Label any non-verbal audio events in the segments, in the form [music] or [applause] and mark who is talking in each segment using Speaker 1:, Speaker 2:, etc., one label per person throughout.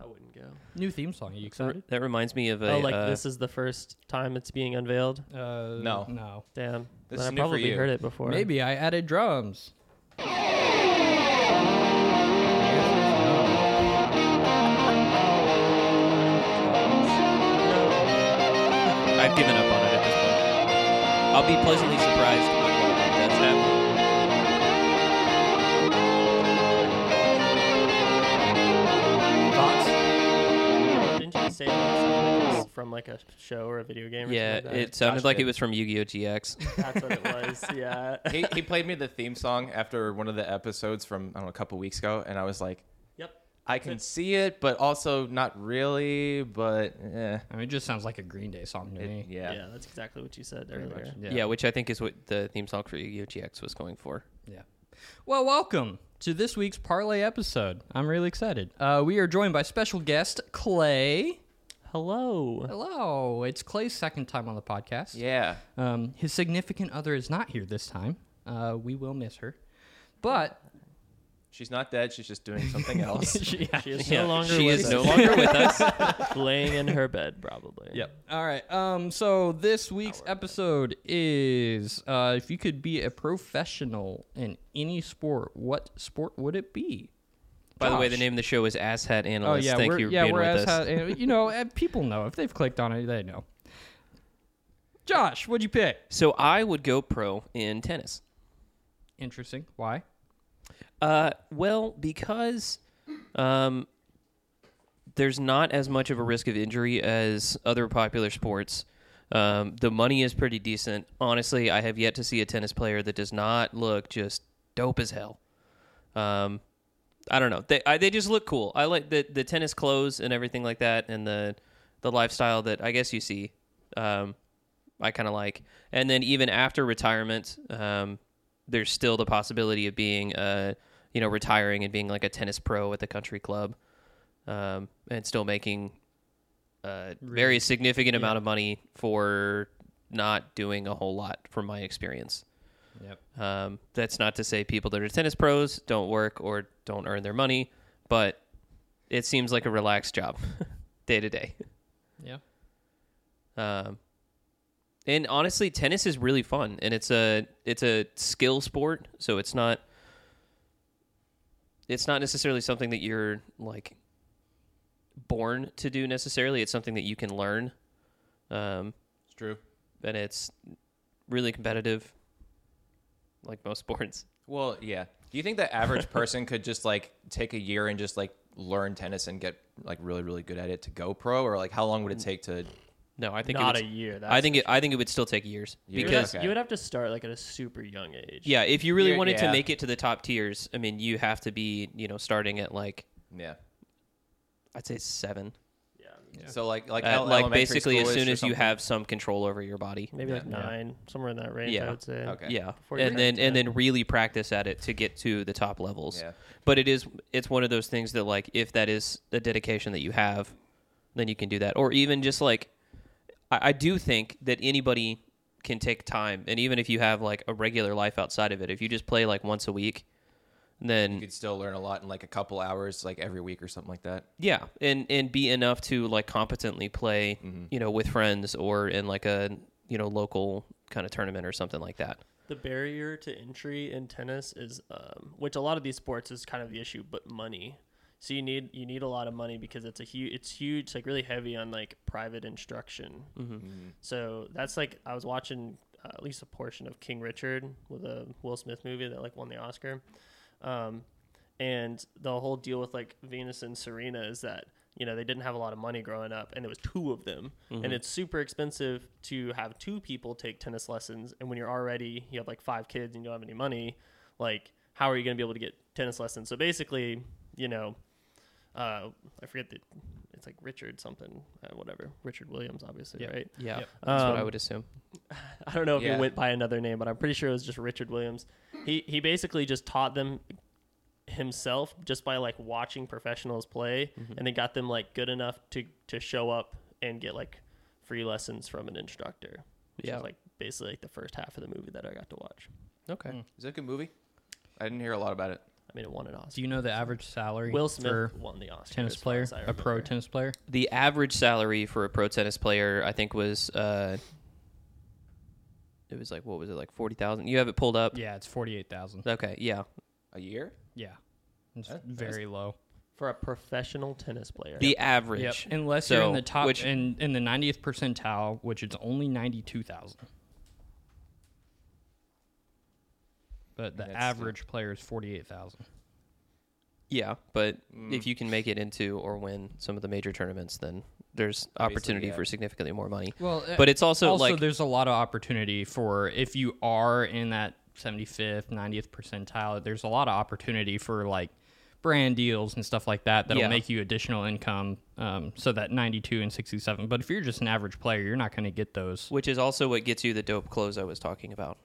Speaker 1: I wouldn't go.
Speaker 2: New theme song. Are you
Speaker 1: So
Speaker 2: excited?
Speaker 1: that reminds me of a.
Speaker 2: Oh, like
Speaker 1: uh,
Speaker 2: this
Speaker 1: this is the first time it's being unveiled.
Speaker 2: Uh,
Speaker 3: No.
Speaker 2: No.
Speaker 1: Damn.
Speaker 3: This
Speaker 1: then
Speaker 3: is
Speaker 1: I
Speaker 3: new for
Speaker 1: probably
Speaker 3: you.
Speaker 1: heard it before.
Speaker 2: Maybe I added drums.
Speaker 3: I've given up on it at this point. I'll be pleasantly surprised when one of them does happen. Thoughts?
Speaker 1: Didn't you say that sounded like it was from like a show or a video game? Or
Speaker 3: Yeah,
Speaker 1: something like
Speaker 3: it sounded
Speaker 2: Gosh,
Speaker 3: like it
Speaker 2: dude.
Speaker 3: was from Yu-Gi-Oh! [laughs] GX.
Speaker 1: that? that's what it
Speaker 3: [laughs]
Speaker 1: was. Yeah.
Speaker 3: he, he played me the theme song after one of the episodes from I don't know a couple weeks ago, and I was like,
Speaker 1: Yep.
Speaker 3: I [laughs] can see it, but also not really. But eh.
Speaker 2: I mean, it just sounds like a Green Day song to me.
Speaker 3: It- yeah.
Speaker 1: Yeah. that's exactly what you said
Speaker 3: pretty
Speaker 1: earlier.
Speaker 3: much.
Speaker 2: Yeah.
Speaker 3: Yeah. which I think is what the theme song for Yu-Gi-Oh! GX was going for.
Speaker 2: Yeah. Well, welcome to this week's parlay episode. I'm really excited. Uh, we are joined by special guest Clay.
Speaker 3: [laughs]
Speaker 1: Hello.
Speaker 2: Hello. It's Clay's second time on the podcast.
Speaker 3: Yeah,
Speaker 2: Um, his significant other is not here this time. Uh, we will miss her, but
Speaker 3: she's not dead. She's just doing [laughs] something else.
Speaker 1: [laughs]
Speaker 2: yeah.
Speaker 1: She is
Speaker 3: Yeah,
Speaker 1: no longer.
Speaker 3: she
Speaker 1: with
Speaker 3: is
Speaker 1: us.
Speaker 3: no longer with
Speaker 1: [laughs]
Speaker 3: us.
Speaker 1: laying in her bed, probably.
Speaker 2: Yep. All right. Um. So this week's episode is, uh, if you could be a professional in any sport, what sport would it be?
Speaker 3: By the way, the
Speaker 2: Josh.
Speaker 3: name of the show is Asshat
Speaker 2: Oh
Speaker 3: Analyst.
Speaker 2: yeah,
Speaker 3: Thank
Speaker 2: we're,
Speaker 3: you for
Speaker 2: yeah,
Speaker 3: being
Speaker 2: we're as
Speaker 3: with us.
Speaker 2: how- you know, and people know if they've clicked on it, they know. Josh, what'd you pick?
Speaker 3: So I would go pro in tennis.
Speaker 2: Interesting. Why?
Speaker 3: Uh, well, because um, there's not as much of a risk of injury as other popular sports. Um, the money is pretty decent. Honestly, I have yet to see a tennis player that does not look just dope as hell. Um, I don't know. They I, they just look cool. I like the the tennis clothes and everything like that, and the the lifestyle that I guess you see. Um, I kind of like. And then even after retirement, um, there's still the possibility of being uh, you know retiring and being like a tennis pro at the country club, um, and still making a very significant amount of money for not doing a whole lot from my experience.
Speaker 2: Yep.
Speaker 3: Um, that's not to say people that are tennis pros don't work or don't earn their money, but it seems like a relaxed job [laughs] day to day.
Speaker 2: Yeah.
Speaker 3: Um, and honestly, tennis is really fun, and it's a it's a skill sport, so it's not it's not necessarily something that you're like born to do necessarily. It's something that you can learn, um,
Speaker 4: It's true.
Speaker 3: and it's really competitive, like most [laughs] sports.
Speaker 4: Well, yeah. Do you think the average person could just like take a year and just like learn tennis and get like really really good at it to go pro or like how long would it take to
Speaker 3: No, I think
Speaker 1: Not
Speaker 3: it
Speaker 1: a
Speaker 3: would,
Speaker 1: year. That's
Speaker 3: I think it, I think it would still take years
Speaker 1: You would
Speaker 3: because
Speaker 1: have- you would have to start like at a super young age.
Speaker 3: yeah, if you really
Speaker 4: Yeah,
Speaker 3: wanted to
Speaker 4: yeah.
Speaker 3: make it to the top tiers, I mean, you have to be you know starting at like
Speaker 4: yeah.
Speaker 3: I'd say seven.
Speaker 1: Yeah.
Speaker 4: So like like
Speaker 3: Uh,
Speaker 4: el-
Speaker 3: like
Speaker 4: elementary
Speaker 3: basically as
Speaker 4: school-ish
Speaker 3: soon
Speaker 4: or
Speaker 3: as you
Speaker 4: something?
Speaker 3: have some control over your body
Speaker 1: Maybe like
Speaker 4: Yeah.
Speaker 1: nine, somewhere in that range.
Speaker 3: Yeah.
Speaker 1: I would say.
Speaker 4: Okay.
Speaker 3: yeah
Speaker 1: Before you get
Speaker 3: and then
Speaker 1: to
Speaker 3: and
Speaker 1: that.
Speaker 3: then really practice at it to get to the top levels
Speaker 4: Yeah.
Speaker 3: but it is it's one of those things that like if that is the dedication that you have then you can do that or even just like I, I do think that anybody can take time and even if you have like a regular life outside of it if you just play like once a week then
Speaker 4: You could still learn a lot in like a couple hours like every week or something like that.
Speaker 3: yeah and and be enough to like competently play
Speaker 4: Mm-hmm.
Speaker 3: you know with friends or in like a you know local kind of tournament or something like that
Speaker 1: The barrier to entry in tennis is, um, which a lot of these sports is kind of the issue, but money. So you need you need a lot of money because it's a huge it's huge like really heavy on like private instruction. So that's like I was watching uh, at least a portion of King Richard with a Will Smith movie that like won the Oscar, um, and the whole deal with like Venus and Serena is that you know they didn't have a lot of money growing up and there was two of them
Speaker 3: Mm-hmm.
Speaker 1: and it's super expensive to have two people take tennis lessons and when you're already you have like five kids and you don't have any money like how are you going to be able to get tennis lessons so basically you know uh, I forget the it's like Richard something uh, whatever Richard Williams obviously right
Speaker 3: yeah
Speaker 2: Yep.
Speaker 3: that's what i
Speaker 1: Um,
Speaker 3: would assume
Speaker 1: [laughs] I don't know if
Speaker 4: Yeah.
Speaker 1: he went by another name, but I'm pretty sure it was just Richard Williams. He he basically just taught them himself just by like watching professionals play
Speaker 2: Mm-hmm.
Speaker 1: and then got them like good enough to to show up and get like free lessons from an instructor. Which
Speaker 3: Yeah.
Speaker 1: is like basically like the first half of the movie that I got to watch.
Speaker 3: okay
Speaker 4: Is that a good movie? I didn't hear a lot about it.
Speaker 1: I mean, it won an Oscar.
Speaker 2: Do you know the average salary
Speaker 1: Will Smith
Speaker 2: for
Speaker 1: won the Oscar.
Speaker 2: tennis
Speaker 1: as far
Speaker 2: player,
Speaker 1: as I
Speaker 2: a pro
Speaker 1: remember.
Speaker 2: tennis player?
Speaker 3: The average salary for a pro tennis player, I think, was uh, it was like what was it like forty thousand? You have it pulled up?
Speaker 2: Yeah, it's forty-eight thousand.
Speaker 3: Okay. Yeah.
Speaker 4: A year?
Speaker 2: Yeah, it's
Speaker 4: That- that's-
Speaker 2: very low.
Speaker 1: for a professional tennis player.
Speaker 3: The average.
Speaker 2: Yep. Unless
Speaker 3: so,
Speaker 2: you're in the top
Speaker 3: Which,
Speaker 2: in in the ninetieth percentile, which is only ninety-two thousand. But the
Speaker 4: That's still-
Speaker 2: average player is forty-eight thousand.
Speaker 3: yeah, but if you can make it into or win some of the major tournaments, then there's opportunity
Speaker 4: yeah.
Speaker 3: for significantly more money.
Speaker 2: Well, uh,
Speaker 3: but it's also,
Speaker 2: also
Speaker 3: like
Speaker 2: there's a lot of opportunity for if you are in that 75th 90th percentile there's a lot of opportunity for like brand deals and stuff like that that'll
Speaker 3: Yeah.
Speaker 2: make you additional income um, so that 92 and 67 but if you're just an average player you're not going to get those
Speaker 3: which is also what gets you the dope clothes I was talking about.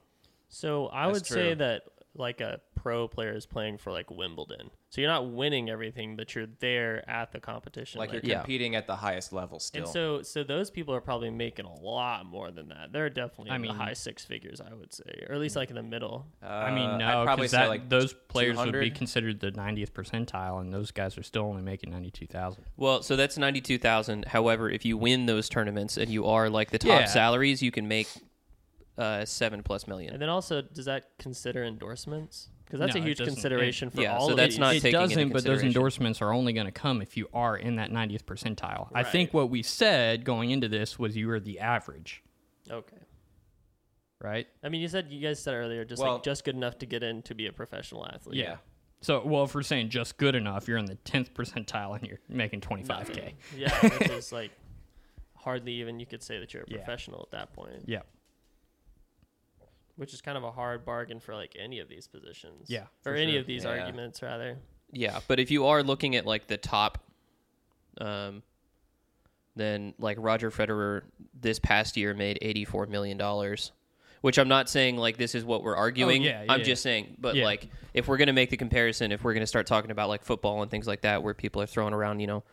Speaker 1: So I
Speaker 4: That's
Speaker 1: would say
Speaker 4: true.
Speaker 1: that like a pro player is playing for like Wimbledon. So you're not winning everything, but you're there at the competition.
Speaker 4: Like you're
Speaker 3: Yeah.
Speaker 4: competing at the highest level still.
Speaker 1: and so so those people are probably making a lot more than that. They're definitely
Speaker 2: I
Speaker 1: in
Speaker 2: mean-
Speaker 1: the high six figures, I would say, or at least like in the middle.
Speaker 2: i mean
Speaker 4: Uh, I'd
Speaker 2: no
Speaker 4: probably
Speaker 2: because
Speaker 4: say
Speaker 2: that
Speaker 4: like
Speaker 2: those players would be
Speaker 4: 200.
Speaker 2: considered the 90th percentile and those guys are still only making 92000
Speaker 3: Well, so that's ninety two thousand. However, if you win those tournaments and you are like the top
Speaker 2: Yeah.
Speaker 3: salaries, you can make uh, seven plus million.
Speaker 1: And then also, does that consider endorsements? Because that's
Speaker 2: No,
Speaker 1: a
Speaker 2: it
Speaker 1: huge
Speaker 2: doesn't.
Speaker 1: consideration for
Speaker 3: yeah,
Speaker 1: all
Speaker 3: so
Speaker 1: of
Speaker 3: that's
Speaker 1: these.
Speaker 3: not
Speaker 2: it
Speaker 3: taking into
Speaker 2: doesn't, but those
Speaker 3: consideration.
Speaker 2: endorsements are only going to come if you are in that 90th percentile. I
Speaker 1: Right.
Speaker 2: think what we said going into this was you were the average,
Speaker 1: okay.
Speaker 2: right?
Speaker 1: I mean, you said you guys said earlier just
Speaker 4: Well-
Speaker 1: like just good enough to get in to be a professional athlete.
Speaker 2: So, well, if we're saying just good enough, you're in the 10th percentile and you're making 25K.
Speaker 1: yeah, which is like hardly even you could say that you're a
Speaker 2: Yeah.
Speaker 1: professional at that point.
Speaker 2: Yeah.
Speaker 1: which is kind of a hard bargain for like any of these positions.
Speaker 2: Yeah,
Speaker 1: or
Speaker 2: for
Speaker 1: any
Speaker 2: sure.
Speaker 1: of these
Speaker 4: Yeah.
Speaker 1: arguments rather.
Speaker 3: Yeah, but if you are looking at like the top, um, then like Roger Federer this past year made eighty four million dollars, which I'm not saying like this is what we're arguing.
Speaker 2: Oh, yeah, yeah,
Speaker 3: I'm
Speaker 2: yeah.
Speaker 3: just saying, but
Speaker 2: Yeah.
Speaker 3: like if we're gonna make the comparison, if we're gonna start talking about like football and things like that, where people are throwing around you know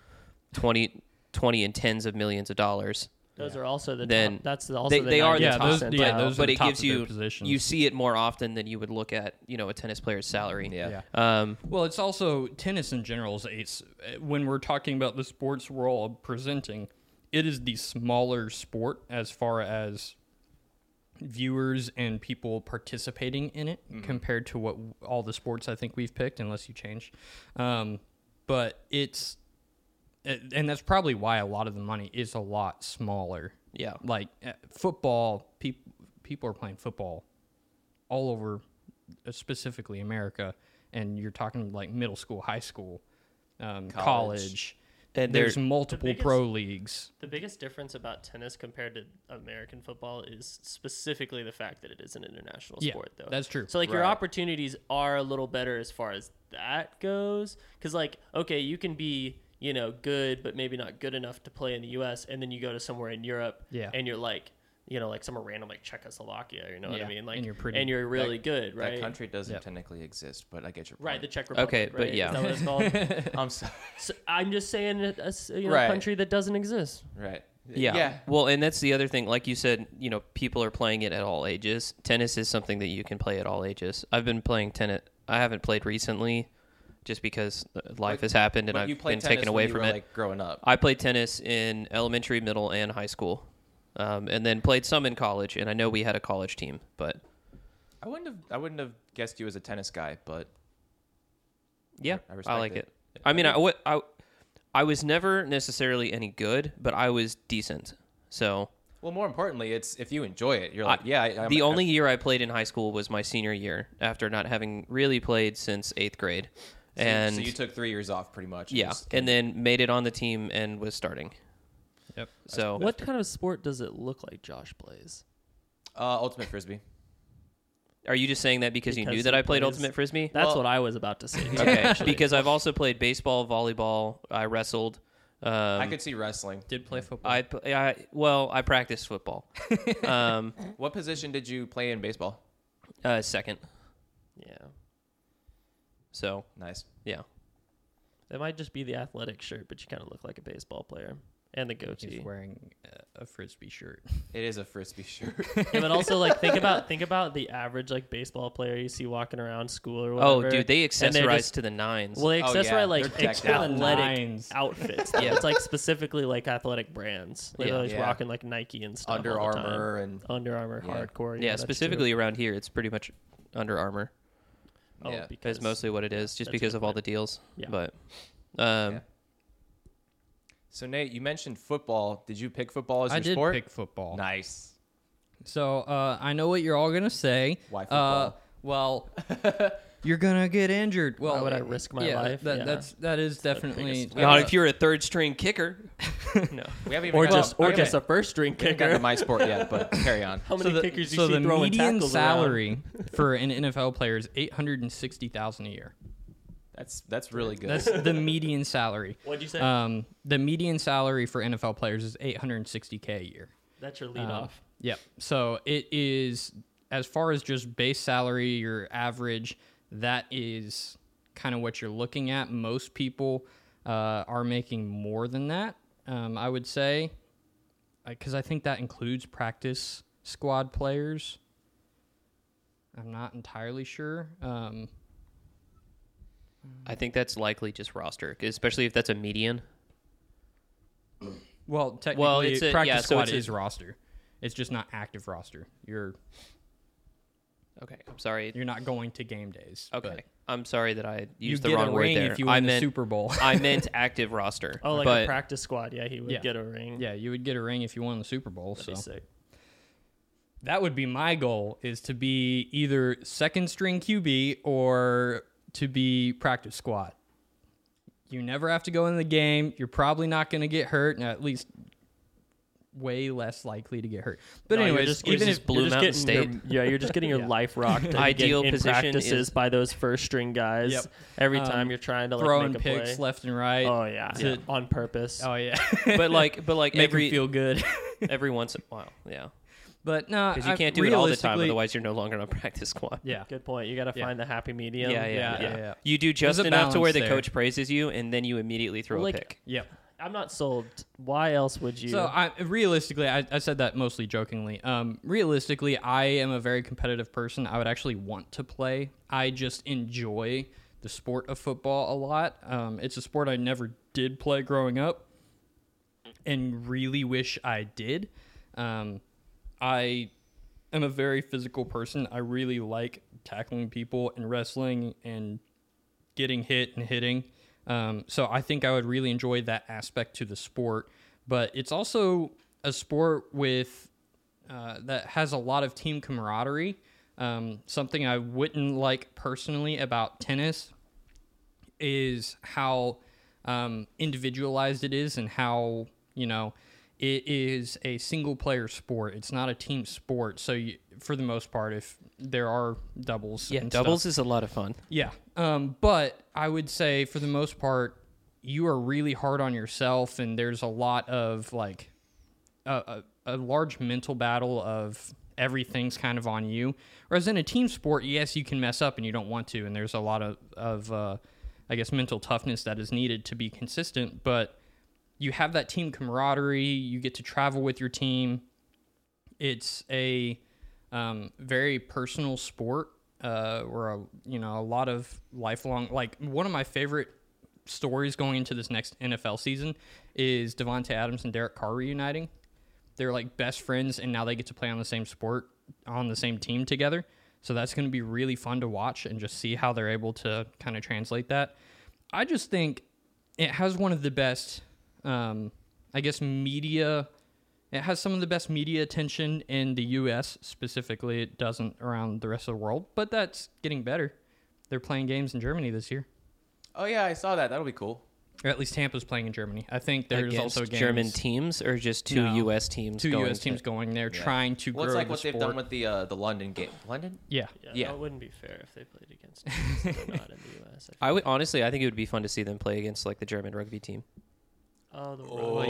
Speaker 3: 20, 20 and tens of millions of dollars,
Speaker 1: Those are also the
Speaker 3: Then
Speaker 1: top, that's the- also
Speaker 3: they,
Speaker 1: the
Speaker 3: they are the
Speaker 2: Yeah,
Speaker 1: 90th
Speaker 3: top,
Speaker 2: those-
Speaker 1: percentile.
Speaker 2: yeah, those- are
Speaker 3: but
Speaker 2: the
Speaker 3: it
Speaker 2: top
Speaker 3: gives
Speaker 2: of their
Speaker 3: you
Speaker 2: positions.
Speaker 3: you see it more often than you would look at you know a tennis player's salary.
Speaker 4: Yeah.
Speaker 2: Yeah.
Speaker 3: Um,
Speaker 2: Well, it's also tennis in general. Is it's when we're talking about the sports we're all presenting, it is the smaller sport as far as viewers and people participating in it compared to what all the sports I think we've picked, unless you change. Um, but it's, eh, and and that's probably why a lot of the money is a lot smaller.
Speaker 3: Yeah.
Speaker 2: Like uh, football, people people are playing football all over uh, specifically America, and you're talking like middle school, high school, um, college.
Speaker 3: And
Speaker 2: there's
Speaker 3: they're-
Speaker 2: multiple
Speaker 1: biggest-
Speaker 2: pro leagues.
Speaker 1: The biggest difference about tennis compared to American football is specifically the fact that it is an international
Speaker 2: Yeah,
Speaker 1: sport though.
Speaker 2: that's true.
Speaker 1: So like your
Speaker 4: Right.
Speaker 1: opportunities are a little better as far as that goes cuz like okay, you can be you know, good, but maybe not good enough to play in the U.S. And then you go to somewhere in Europe,
Speaker 2: Yeah.
Speaker 1: and you're like, you know, like somewhere random, like Czechoslovakia. You know what
Speaker 2: Yeah,
Speaker 1: I mean? Like,
Speaker 2: and you're pretty-
Speaker 1: and you're really good, right?
Speaker 4: That country doesn't
Speaker 2: Yep.
Speaker 4: technically exist, but I get your point.
Speaker 1: Right, the Czech Republic.
Speaker 3: Okay, but
Speaker 1: right?
Speaker 3: yeah.
Speaker 1: Is that what it's called?
Speaker 4: [laughs] I'm sorry.
Speaker 1: so I'm just saying a, a s- you know,
Speaker 4: Right.
Speaker 1: country that doesn't exist.
Speaker 4: Right.
Speaker 3: Yeah.
Speaker 4: Yeah.
Speaker 3: Well, and that's the other thing. Like you said, you know, people are playing it at all ages. Tennis is something that you can play at all ages. I've been playing tennis. I haven't played recently, just because uh, life has happened and
Speaker 4: But
Speaker 3: I've
Speaker 4: you played
Speaker 3: been
Speaker 4: tennis
Speaker 3: taken away
Speaker 4: when you
Speaker 3: from
Speaker 4: were,
Speaker 3: it.
Speaker 4: like growing up.
Speaker 3: I played tennis in elementary, middle, and high school, um, and then played some in college. And I know we had a college team, but
Speaker 4: I wouldn't have I wouldn't have guessed you as a tennis guy, but
Speaker 3: yeah,
Speaker 4: I
Speaker 3: I,
Speaker 4: respect
Speaker 3: like
Speaker 4: it.
Speaker 3: it. I mean, I, wa- I I was never necessarily any good, but I was decent. So
Speaker 4: well, more importantly, it's if you enjoy it, you're like,
Speaker 3: I-
Speaker 4: yeah. I, I'm-
Speaker 3: the only year I played in high school was my senior year, after not having really played since eighth grade,
Speaker 4: so you-
Speaker 3: and
Speaker 4: so you took three years off, pretty much. and
Speaker 3: yeah,
Speaker 4: just-
Speaker 3: and then made it on the team and was starting.
Speaker 2: Yep.
Speaker 3: So
Speaker 1: What kind of sport does it look like Josh plays?
Speaker 4: uh, ultimate frisbee.
Speaker 3: are you just saying that because, you
Speaker 1: Because
Speaker 3: knew that
Speaker 1: he
Speaker 3: I played
Speaker 1: plays-
Speaker 3: ultimate frisbee?
Speaker 1: That's
Speaker 4: Well-
Speaker 1: what I was about to say. too,
Speaker 3: okay,
Speaker 4: [laughs]
Speaker 1: actually.
Speaker 3: because I've also played baseball, volleyball. I wrestled. Um,
Speaker 4: I
Speaker 3: I
Speaker 4: could see wrestling.
Speaker 2: Did play football.
Speaker 3: I, well, I practiced football. um,
Speaker 4: What position did you play in baseball?
Speaker 3: uh, second,
Speaker 1: yeah,
Speaker 3: so
Speaker 4: Nice.
Speaker 3: yeah,
Speaker 1: it might just be the athletic shirt, but you kind of look like a baseball player. and the
Speaker 2: He's
Speaker 1: goatee.
Speaker 2: wearing a- a frisbee shirt.
Speaker 4: It is a frisbee [laughs] shirt.
Speaker 1: Yeah, but also like think about think about the average like baseball player you see walking around school or
Speaker 3: Oh,
Speaker 1: whatever.
Speaker 3: dude, they
Speaker 1: and they're
Speaker 3: accessorize
Speaker 1: just-
Speaker 3: to the nines.
Speaker 1: Well, they
Speaker 4: Oh,
Speaker 1: accessorize
Speaker 4: yeah,
Speaker 1: like
Speaker 4: they're
Speaker 1: ex-
Speaker 4: decked out.
Speaker 1: athletic
Speaker 2: Nines.
Speaker 1: outfits. yeah, it's like specifically like athletic brands. Like,
Speaker 3: Yeah.
Speaker 1: They're always
Speaker 4: Yeah.
Speaker 1: rocking like Nike and stuff.
Speaker 4: Under
Speaker 1: all the time.
Speaker 4: Armour and
Speaker 1: Under Armour
Speaker 4: Yeah.
Speaker 1: hardcore.
Speaker 3: yeah,
Speaker 1: that's true.
Speaker 3: specifically around here, it's pretty much Under Armour.
Speaker 1: Oh,
Speaker 4: yeah.
Speaker 1: because
Speaker 3: That's mostly what it is, just
Speaker 1: that's a
Speaker 3: because
Speaker 1: good
Speaker 3: of all
Speaker 1: point.
Speaker 3: the deals.
Speaker 1: Yeah.
Speaker 3: But um,
Speaker 4: Yeah. So Nate, you mentioned football. Did you pick football as
Speaker 2: I
Speaker 4: your
Speaker 2: did
Speaker 4: sport?
Speaker 2: pick football.
Speaker 4: Nice.
Speaker 2: So uh, I know what you're all gonna say.
Speaker 4: Why
Speaker 2: Uh,
Speaker 4: football?
Speaker 2: well, you're gonna get injured. Well,
Speaker 1: would I
Speaker 2: uh,
Speaker 1: risk my
Speaker 2: yeah,
Speaker 1: life?
Speaker 2: That,
Speaker 1: Yeah.
Speaker 2: That's that is definitely.
Speaker 3: not if you're a third string [laughs] kicker. no.
Speaker 4: We haven't even
Speaker 1: or
Speaker 4: gotten-
Speaker 1: just or
Speaker 4: we haven't-
Speaker 1: just a first string
Speaker 4: we haven't gotten
Speaker 1: kicker.
Speaker 4: to my sport
Speaker 1: [laughs]
Speaker 4: yet, but carry on.
Speaker 1: How many
Speaker 2: so the,
Speaker 1: kickers you
Speaker 2: so
Speaker 1: see
Speaker 2: the
Speaker 1: throwing
Speaker 2: median
Speaker 1: tackles
Speaker 2: salary for an [laughs] NFL player is eight hundred and sixty thousand a year.
Speaker 4: That's that's really
Speaker 1: [laughs]
Speaker 4: good.
Speaker 2: That's the median salary.
Speaker 1: Around. What'd you say?
Speaker 2: Um, the median salary for NFL players is eight hundred and sixty k a year.
Speaker 1: that's your lead
Speaker 2: Uh,
Speaker 1: off.
Speaker 2: Yep. So it is as far as just base salary, your average. That is kind of what you're looking at. Most people uh, are making more than that. Um, I would say, because I think that includes practice squad players. I'm not entirely sure. Um,
Speaker 3: I think that's likely just roster, especially if that's a median.
Speaker 2: well, technically,
Speaker 3: Well, it's a-
Speaker 2: practice
Speaker 3: yeah, so
Speaker 2: squad
Speaker 3: it's a-
Speaker 2: is roster. It's just not active roster. You're
Speaker 3: Okay, I'm sorry.
Speaker 2: you're not going to game days. but
Speaker 3: Okay, I'm sorry that I
Speaker 2: You
Speaker 3: used
Speaker 2: get
Speaker 3: the wrong
Speaker 2: a
Speaker 3: word
Speaker 2: ring
Speaker 3: there.
Speaker 2: if you win
Speaker 3: I
Speaker 2: the
Speaker 3: meant
Speaker 2: Super Bowl.
Speaker 3: I [laughs] meant active roster.
Speaker 1: Oh, like
Speaker 3: but
Speaker 1: a practice squad. Yeah, he would
Speaker 2: Yeah.
Speaker 1: get a ring.
Speaker 2: Yeah, you would get a ring if you won the Super Bowl.
Speaker 1: That'd be
Speaker 2: so
Speaker 1: sick.
Speaker 2: that would be my goal is to be either second string QB or to be practice squad. You never have to go in the game. You're probably not going to get hurt, and at least way less likely to get hurt. But
Speaker 1: No, you're
Speaker 2: anyways,
Speaker 1: just- you're
Speaker 2: even
Speaker 1: just
Speaker 2: if
Speaker 3: Blue
Speaker 1: you're just
Speaker 3: Mountain
Speaker 1: getting Your, yeah, you're just getting your
Speaker 2: [laughs] Yeah.
Speaker 1: life rocked. and
Speaker 3: Ideal
Speaker 1: again in
Speaker 3: position
Speaker 1: practices
Speaker 3: is-
Speaker 1: by those first string guys.
Speaker 2: Yep.
Speaker 1: Every
Speaker 2: Um,
Speaker 1: time you're trying to like
Speaker 2: throwing
Speaker 1: make a
Speaker 2: picks
Speaker 1: play.
Speaker 2: left and right.
Speaker 1: oh yeah,
Speaker 2: to-
Speaker 1: on purpose.
Speaker 2: oh yeah, [laughs]
Speaker 3: but like, but [laughs] like
Speaker 2: make
Speaker 3: every
Speaker 2: you feel good.
Speaker 3: every once in a while, yeah,
Speaker 2: but
Speaker 3: [laughs]
Speaker 2: no,
Speaker 3: because you
Speaker 2: I-
Speaker 3: can't do it all the time.
Speaker 2: realistically-
Speaker 3: Otherwise, you're no longer on [laughs] practice squad.
Speaker 2: [laughs] Yeah,
Speaker 1: Good point. You got to
Speaker 2: Yeah.
Speaker 1: find the happy medium.
Speaker 3: Yeah, yeah,
Speaker 2: yeah,
Speaker 3: yeah.
Speaker 2: yeah, yeah.
Speaker 3: You do
Speaker 2: There's
Speaker 3: just
Speaker 2: a
Speaker 3: enough to where the
Speaker 2: balance there.
Speaker 3: coach praises you, and then you immediately throw
Speaker 1: Well,
Speaker 3: a
Speaker 1: like-
Speaker 3: pick.
Speaker 2: yep.
Speaker 1: I'm not sold. Why else would you?
Speaker 2: So I realistically, I, I said that mostly jokingly. Um, realistically, I am a very competitive person. I would actually want to play. I just enjoy the sport of football a lot. Um, it's a sport I never did play growing up, and really wish I did. Um, I am a very physical person. I really like tackling people and wrestling and getting hit and hitting. Um, so I think I would really enjoy that aspect to the sport. But it's also a sport with uh, that has a lot of team camaraderie. Um, something I wouldn't like personally about tennis is how um, individualized it is and how you know it is a single player sport it's not a team sport so you, for the most part if there are doubles
Speaker 3: Yeah,
Speaker 2: and stuff-
Speaker 3: doubles is a lot of fun.
Speaker 2: yeah. Um, but I would say for the most part, you are really hard on yourself, and there's a lot of like a, a, a large mental battle of everything's kind of on you. Whereas in a team sport, yes, you can mess up and you don't want to, and there's a lot of, of uh, I guess, mental toughness that is needed to be consistent. But you have that team camaraderie, you get to travel with your team, it's a um, very personal sport uh, where a, you know a lot of lifelong like one of my favorite stories going into this next NFL season is Devonte Adams and Derek Carr reuniting. They're like best friends, and now they get to play on the same sport on the same team together. So that's going to be really fun to watch and just see how they're able to kind of translate that. I just think it has one of the best, um, I guess, media it has some of the best media attention in the U.S. Specifically, it doesn't around the rest of the world, but that's getting better. They're playing games in Germany this year,
Speaker 4: oh yeah, I saw that. That'll be cool.
Speaker 2: or at least Tampa's playing in Germany. I think there's
Speaker 3: Against
Speaker 2: also games,
Speaker 3: German teams or just two
Speaker 2: No.
Speaker 3: U.S. teams.
Speaker 2: two
Speaker 3: going
Speaker 2: U.S.
Speaker 3: to-
Speaker 2: teams going there trying to
Speaker 4: Well,
Speaker 2: grow
Speaker 4: it's like
Speaker 2: the
Speaker 4: what
Speaker 2: sport.
Speaker 4: they've done with the uh, the London game. London?
Speaker 2: yeah,
Speaker 1: yeah,
Speaker 4: yeah.
Speaker 1: no, it wouldn't be fair if they played
Speaker 2: [laughs]
Speaker 1: against. teams that are not in the U.S.
Speaker 3: I would honestly, I think it would be fun to see them play against like the German rugby team.
Speaker 1: Oh, the
Speaker 4: Oh,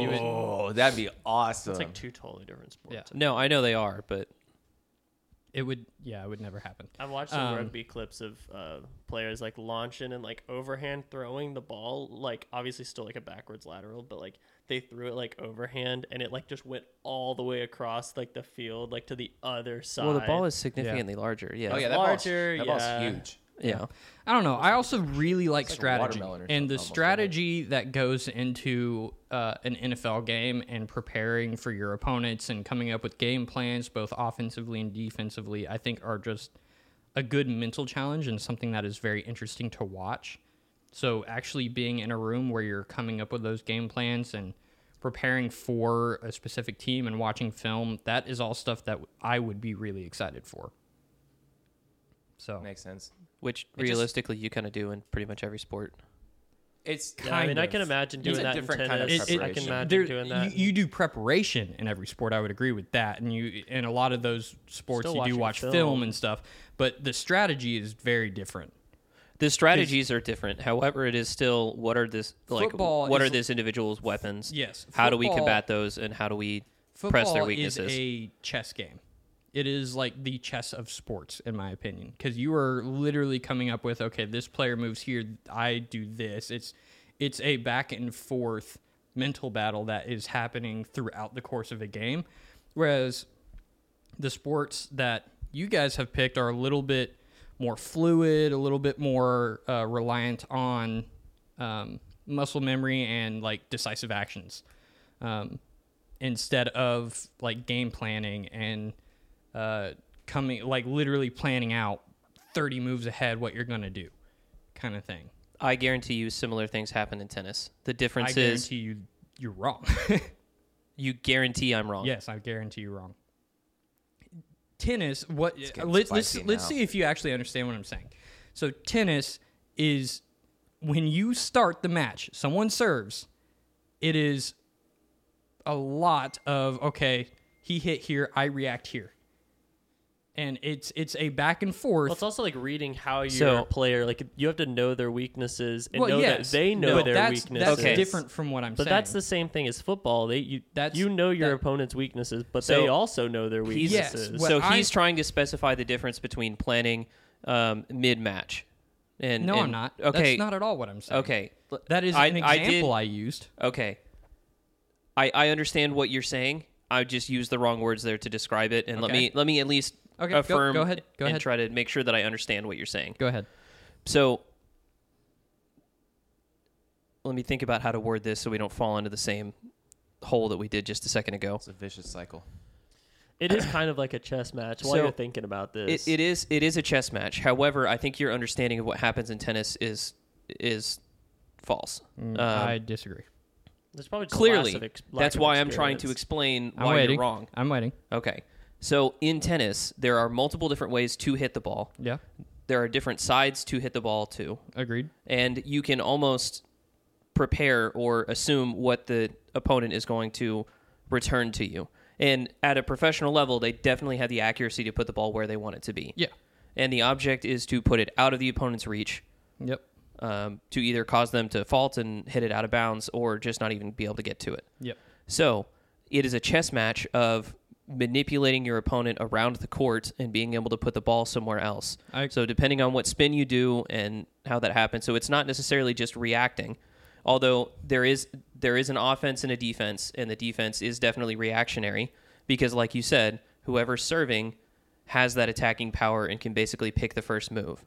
Speaker 1: road.
Speaker 4: that'd be awesome.
Speaker 1: It's like two totally different sports.
Speaker 2: Yeah.
Speaker 3: No, I know they are, but
Speaker 2: It would, yeah, it would never happen.
Speaker 1: I've watched some
Speaker 2: Um,
Speaker 1: rugby clips of uh, players like launching and like overhand throwing the ball, like obviously still like a backwards lateral, but like they threw it like overhand and it like just went all the way across like the field, like to the other side.
Speaker 3: Well, the ball is significantly larger. Yeah.
Speaker 4: Oh yeah, that ball's,
Speaker 1: Larger,
Speaker 4: that
Speaker 1: yeah.
Speaker 4: ball's huge.
Speaker 3: Yeah.
Speaker 2: I don't know. I also really like
Speaker 4: like a
Speaker 2: strategy.
Speaker 4: watermelon or
Speaker 2: and
Speaker 4: something
Speaker 2: the
Speaker 4: almost, right?
Speaker 2: strategy that goes into uh, an NFL game and preparing for your opponents and coming up with game plans, both offensively and defensively, I think are just a good mental challenge and something that is very interesting to watch. So, actually being in a room where you're coming up with those game plans and preparing for a specific team and watching film, that is all stuff that I would be really excited for. So,
Speaker 4: Makes sense.
Speaker 3: Which
Speaker 4: just-
Speaker 3: realistically, you kind of do in pretty much every sport.
Speaker 4: It's
Speaker 1: Yeah, I mean, I
Speaker 2: kind
Speaker 1: can
Speaker 2: of.
Speaker 1: imagine
Speaker 4: It's
Speaker 1: doing
Speaker 4: a
Speaker 1: that in
Speaker 4: different kind of
Speaker 1: tennis.
Speaker 4: It- it-
Speaker 1: I can
Speaker 4: preparation.
Speaker 1: imagine
Speaker 2: there-
Speaker 1: doing that.
Speaker 2: You, you do preparation in every sport. I would agree with that. And you in a lot of those sports,
Speaker 1: Still
Speaker 2: you
Speaker 1: watching
Speaker 2: do watch film.
Speaker 1: film.
Speaker 2: and stuff. But the strategy is very different.
Speaker 3: The strategies are different. However, it is still what are this like?
Speaker 2: Football
Speaker 3: what
Speaker 2: is-
Speaker 3: are this individual's weapons?
Speaker 2: Yes,
Speaker 3: How do we
Speaker 2: football-
Speaker 3: combat those, and how do we press their weaknesses?
Speaker 2: is a chess game. It is like the chess of sports, in my opinion, because you are literally coming up with okay, this player moves here, I do this. It's it's a back and forth mental battle that is happening throughout the course of a game, whereas the sports that you guys have picked are a little bit more fluid, a little bit more uh, reliant on um, muscle memory and like decisive actions um, instead of like game planning and uh, coming like literally planning out 30 moves ahead what you're going to do kind of thing.
Speaker 3: I guarantee you, similar things happen in tennis. The difference
Speaker 2: I
Speaker 3: is
Speaker 2: guarantee you you're wrong. [laughs]
Speaker 3: you guarantee I'm wrong.
Speaker 2: Yes, I guarantee you wrong. Tennis, what let's let's,
Speaker 4: spicy
Speaker 2: let's
Speaker 4: now.
Speaker 2: see if you actually understand what I'm saying. So tennis is when you start the match, someone serves, it is a lot of okay, he hit here, I react here. And it's it's a back and forth.
Speaker 1: Well, it's also like reading how you're a
Speaker 3: So-
Speaker 1: player. Like you have to know their weaknesses and
Speaker 2: Well,
Speaker 1: know
Speaker 2: yes.
Speaker 1: that they know
Speaker 2: No,
Speaker 1: their
Speaker 2: that's,
Speaker 1: weaknesses.
Speaker 2: That's
Speaker 3: Okay.
Speaker 2: different from what I'm
Speaker 1: But
Speaker 2: saying.
Speaker 1: that's the same thing as football. They you
Speaker 2: That's-
Speaker 1: you know your
Speaker 2: that-
Speaker 1: opponent's weaknesses, but
Speaker 3: So-
Speaker 1: they also know their
Speaker 3: He's-
Speaker 2: Yes,
Speaker 1: weaknesses.
Speaker 2: what
Speaker 3: so
Speaker 2: I-
Speaker 3: he's trying to specify the difference between planning um, mid-match and
Speaker 2: no,
Speaker 3: and-
Speaker 2: I'm not.
Speaker 3: Okay,
Speaker 2: that's not at all what I'm saying.
Speaker 3: okay.
Speaker 2: that is
Speaker 3: I-
Speaker 2: an
Speaker 3: I did-
Speaker 2: example I, used.
Speaker 3: Okay. I, I understand what you're saying. I just used the wrong words there to describe it, and let
Speaker 2: Okay.
Speaker 3: me let me at least
Speaker 2: Okay, go-
Speaker 3: affirm.
Speaker 2: go ahead, go
Speaker 3: and
Speaker 2: ahead.
Speaker 3: try to make sure that I understand what you're saying.
Speaker 2: Go ahead.
Speaker 3: So, let me think about how to word this so we don't fall into the same hole that we did just a second ago.
Speaker 4: it's a vicious cycle.
Speaker 1: It is kind of like a chess match. While
Speaker 3: So,
Speaker 1: you're thinking about
Speaker 3: It,
Speaker 1: this,
Speaker 3: it is it is a chess match. However, I think your understanding of what happens in tennis is is false.
Speaker 1: Mm,
Speaker 3: Um,
Speaker 2: I disagree.
Speaker 1: There's probably just
Speaker 3: clearly,
Speaker 1: lots of ex- lack
Speaker 3: that's
Speaker 1: of
Speaker 3: why I'm trying to
Speaker 1: experience.
Speaker 3: explain
Speaker 2: I'm
Speaker 3: why
Speaker 2: waiting.
Speaker 3: you're wrong.
Speaker 2: I'm waiting.
Speaker 3: Okay. So in tennis, there are multiple different ways to hit the ball.
Speaker 2: Yeah,
Speaker 3: There are different sides to hit the ball to,
Speaker 2: agreed.
Speaker 3: and you can almost prepare or assume what the opponent is going to return to you. And at a professional level, they definitely have the accuracy to put the ball where they want it to be.
Speaker 2: Yeah.
Speaker 3: And the object is to put it out of the opponent's reach
Speaker 2: Yep.
Speaker 3: um, to either cause them to fault and hit it out of bounds or just not even be able to get to it.
Speaker 2: Yep.
Speaker 3: So it is a chess match of manipulating your opponent around the court and being able to put the ball somewhere else.
Speaker 2: I-
Speaker 3: so depending on what spin you do and how that happens, so it's not necessarily just reacting. Although there is there is an offense and a defense, and the defense is definitely reactionary because, like you said, whoever's serving has that attacking power and can basically pick the first move.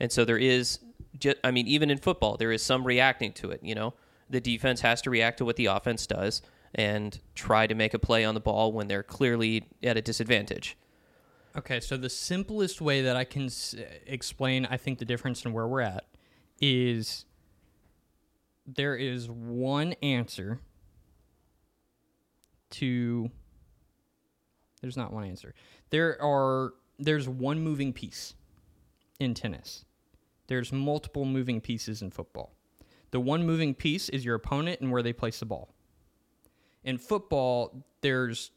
Speaker 3: And so there is, ju- I mean, even in football, there is some reacting to it. You know, the defense has to react to what the offense does and try to make a play on the ball when they're clearly at a disadvantage.
Speaker 2: Okay, so the simplest way that I can s- explain, I think, the difference in where we're at is there is one answer to. There's not one answer. There are. There's one moving piece in tennis. There's multiple moving pieces in football. The one moving piece is your opponent and where they place the ball. In football, there's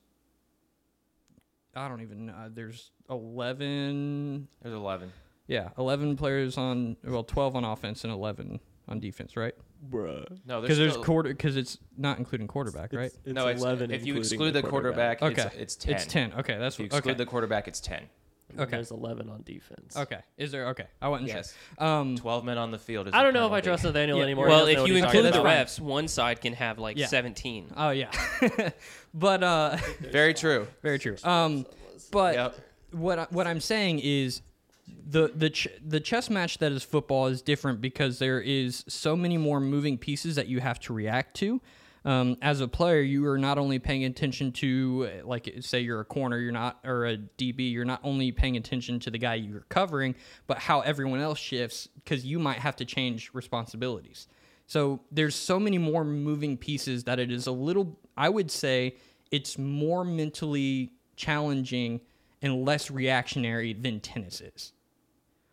Speaker 2: I don't even know. There's 11,
Speaker 4: There's 11.
Speaker 2: yeah, 11 players on, well, 12 on offense and 11 on defense, right?
Speaker 1: Bruh.
Speaker 4: No,
Speaker 2: Because there's
Speaker 4: still-
Speaker 2: quarter, because it's not including quarterback, right?
Speaker 1: It's
Speaker 4: no, it's,
Speaker 1: 11
Speaker 4: if you
Speaker 1: including
Speaker 4: exclude the quarterback,
Speaker 2: Okay.
Speaker 4: it's, it's 10.
Speaker 2: It's 10. Okay, that's
Speaker 4: If you
Speaker 2: what,
Speaker 4: exclude
Speaker 2: okay.
Speaker 4: the quarterback, it's 10.
Speaker 1: and
Speaker 2: Okay.
Speaker 1: there's 11 on defense.
Speaker 2: Okay. Is there? Okay. I wasn't
Speaker 4: Yes.
Speaker 2: sure. Um,
Speaker 4: Twelve men on the field. Is
Speaker 1: I
Speaker 4: a
Speaker 1: don't know if I trust
Speaker 4: penalty.
Speaker 1: Nathaniel
Speaker 2: Yeah.
Speaker 1: anymore.
Speaker 3: Well,
Speaker 1: He doesn't
Speaker 3: if
Speaker 1: know
Speaker 3: you
Speaker 1: what he's
Speaker 3: include the
Speaker 1: talking about.
Speaker 3: refs, one side can have like
Speaker 2: Yeah.
Speaker 3: 17.
Speaker 2: oh yeah. [laughs] but uh,
Speaker 4: Very true.
Speaker 2: very true. Um, but
Speaker 4: Yep.
Speaker 2: what I, what I'm saying is the the ch- the chess match that is football is different because there is so many more moving pieces that you have to react to. Um, as a player, you are not only paying attention to uh, like say you're a corner, you're not or a DB, you're not only paying attention to the guy you're covering, but how everyone else shifts because you might have to change responsibilities. So there's so many more moving pieces that it is a little. I would say it's more mentally challenging and less reactionary than tennis is.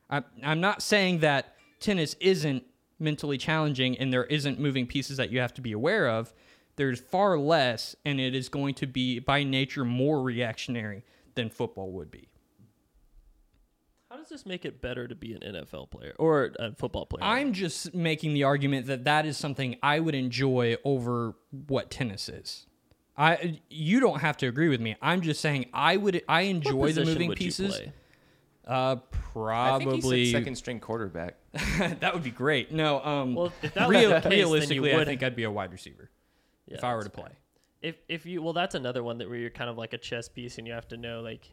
Speaker 2: I'm, I'm not saying that tennis isn't mentally challenging and there isn't moving pieces that you have to be aware of. There's far less, and it is going to be by nature more reactionary than football would be.
Speaker 1: How does this make it better to be an NFL player or a football player?
Speaker 2: I'm just making the argument that that is something I would enjoy over what tennis is. I you don't have to agree with me. I'm just saying I would I
Speaker 1: What
Speaker 2: enjoy the
Speaker 1: position
Speaker 2: moving
Speaker 1: would you
Speaker 2: pieces.
Speaker 1: play?
Speaker 2: Uh,
Speaker 4: I think he said
Speaker 2: probably
Speaker 4: second string quarterback.
Speaker 2: [laughs] that would be great. No, um,
Speaker 1: Well, if that was
Speaker 2: real,
Speaker 1: the case, then you
Speaker 2: realistically, I
Speaker 1: would-
Speaker 2: think I'd be a wide receiver
Speaker 1: Yeah,
Speaker 2: if I were to
Speaker 1: that's
Speaker 2: play.
Speaker 1: fair. If if you well, that's another one that where you're kind of like a chess piece and you have to know like.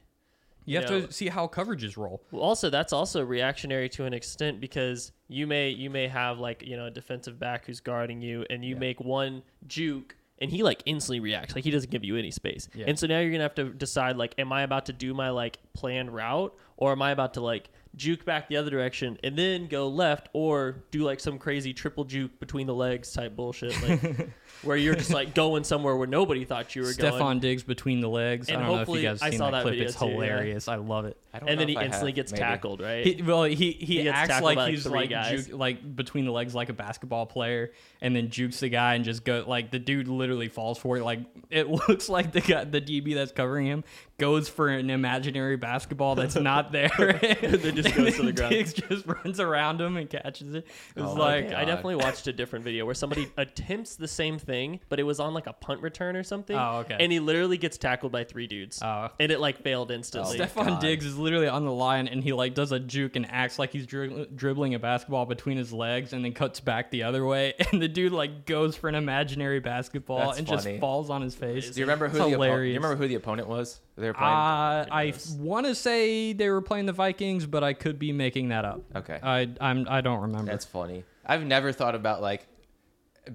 Speaker 2: You have
Speaker 1: know-
Speaker 2: to see how coverages roll.
Speaker 1: Well, also that's also reactionary to an extent because you may you may have like you know a defensive back who's guarding you and you make one juke and he like instantly reacts like he doesn't give you any space
Speaker 2: Yeah.
Speaker 1: and so now you're gonna have to decide like am I about to do my like planned route or am I about to like juke back the other direction and then go left or do like some crazy triple juke between the legs type bullshit
Speaker 4: [laughs]
Speaker 1: like where you're just like going somewhere where nobody thought you were going
Speaker 2: Stefan Diggs between the legs.
Speaker 1: And
Speaker 2: I don't know if you
Speaker 1: hopefully-
Speaker 2: guys
Speaker 1: I
Speaker 2: seen
Speaker 1: saw
Speaker 2: that
Speaker 1: that
Speaker 2: clip.
Speaker 1: video
Speaker 2: It's
Speaker 1: too, yeah.
Speaker 2: hilarious. I love it.
Speaker 4: I don't
Speaker 1: and
Speaker 4: know
Speaker 1: then he
Speaker 4: if I have,
Speaker 1: instantly gets
Speaker 4: maybe.
Speaker 1: tackled right
Speaker 2: He, well, he he,
Speaker 1: gets
Speaker 2: acts
Speaker 1: tackled
Speaker 2: like
Speaker 1: by, like,
Speaker 2: he's
Speaker 1: three
Speaker 2: like
Speaker 1: guys.
Speaker 2: juke, like between the legs like a basketball player, and then jukes the guy and just go like the dude literally falls for it. Like it [laughs] looks like the guy, the DB that's covering him goes for an imaginary basketball that's not there.
Speaker 1: [laughs]
Speaker 2: and
Speaker 1: then
Speaker 2: [laughs]
Speaker 1: just goes to the ground.
Speaker 2: Diggs just [laughs] runs around him and catches it. It was
Speaker 4: Oh my
Speaker 2: like
Speaker 4: God.
Speaker 1: I definitely watched a different video where somebody [laughs] attempts the same thing, but it was on like a punt return or something.
Speaker 2: Oh, okay.
Speaker 1: And he literally gets tackled by three dudes.
Speaker 2: Oh.
Speaker 1: And it like failed instantly.
Speaker 2: Stefan
Speaker 4: Oh, God.
Speaker 2: Diggs is literally on the line and he like does a juke and acts like he's dri- dribbling a basketball between his legs and then cuts back the other way [laughs] and the dude like goes for an imaginary basketball
Speaker 4: That's
Speaker 2: and
Speaker 4: funny.
Speaker 2: just falls on his face.
Speaker 4: Do you remember who
Speaker 2: It's
Speaker 4: the opponent? Do
Speaker 2: hilarious.
Speaker 4: you remember who the opponent was? They were playing.
Speaker 2: Uh, I
Speaker 1: Yes.
Speaker 2: want to say they were playing the Vikings, but I could be making that up.
Speaker 4: Okay.
Speaker 2: I I'm I don't remember.
Speaker 4: That's funny. I've never thought about like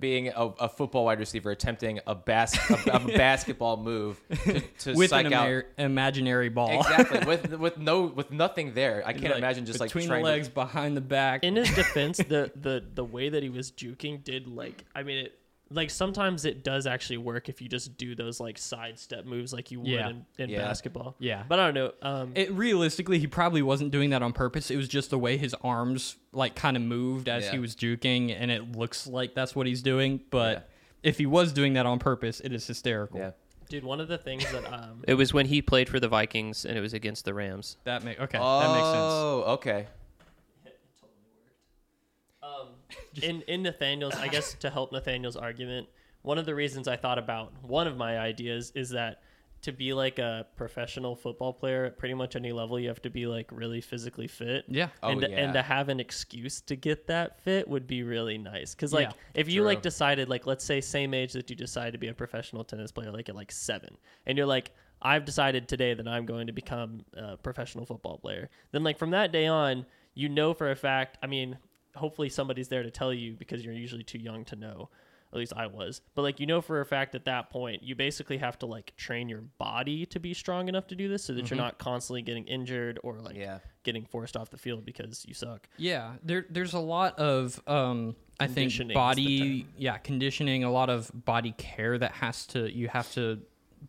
Speaker 4: being a, a football wide receiver attempting a, bas- a, a basketball move to, to
Speaker 2: with
Speaker 4: psych
Speaker 2: an
Speaker 4: out.
Speaker 2: imaginary imaginary ball.
Speaker 4: Exactly. With with no with nothing there.
Speaker 2: [laughs]
Speaker 4: I can't imagine just like
Speaker 2: between
Speaker 4: trying
Speaker 2: the legs,
Speaker 4: To,
Speaker 2: behind the back.
Speaker 1: In his defense, the, the the way that he was juking did like I mean it like sometimes it does actually work if you just do those like sidestep moves like you would
Speaker 2: Yeah.
Speaker 1: in, in
Speaker 4: Yeah.
Speaker 1: basketball.
Speaker 2: Yeah.
Speaker 1: But I don't know. Um
Speaker 2: It realistically, he probably wasn't doing that on purpose. It was just the way his arms like kind of moved as
Speaker 4: Yeah.
Speaker 2: he was juking, and it looks like that's what he's doing. But
Speaker 4: Yeah.
Speaker 2: if he was doing that on purpose, it is hysterical.
Speaker 4: yeah.
Speaker 1: dude, one of the things that um
Speaker 3: It was when he played for the Vikings and it was against the Rams.
Speaker 2: That makes okay.
Speaker 4: Oh, okay.
Speaker 2: [laughs]
Speaker 1: in in Nathaniel's, I guess to help Nathaniel's argument, one of the reasons I thought about one of my ideas is that to be like a professional football player at pretty much any level, you have to be like really physically fit.
Speaker 2: Yeah.
Speaker 4: Oh,
Speaker 1: and to,
Speaker 4: yeah.
Speaker 1: and to have an excuse to get that fit would be really nice because like
Speaker 2: Yeah,
Speaker 1: if you
Speaker 4: true.
Speaker 1: like decided like let's say same age that you decide to be a professional tennis player like at like seven and you're like i've decided today that i'm going to become a professional football player then like from that day on you know for a fact i mean hopefully somebody's there to tell you because you're usually too young to know at least i was but like you know for a fact at that point you basically have to like train your body to be strong enough to do this so that you're not constantly getting injured or like
Speaker 4: Yeah.
Speaker 1: getting forced off the field because you suck
Speaker 2: Yeah, there, there's a lot of um, I think
Speaker 1: Conditioning is the
Speaker 2: body, yeah, conditioning, a lot of body care that has to you have to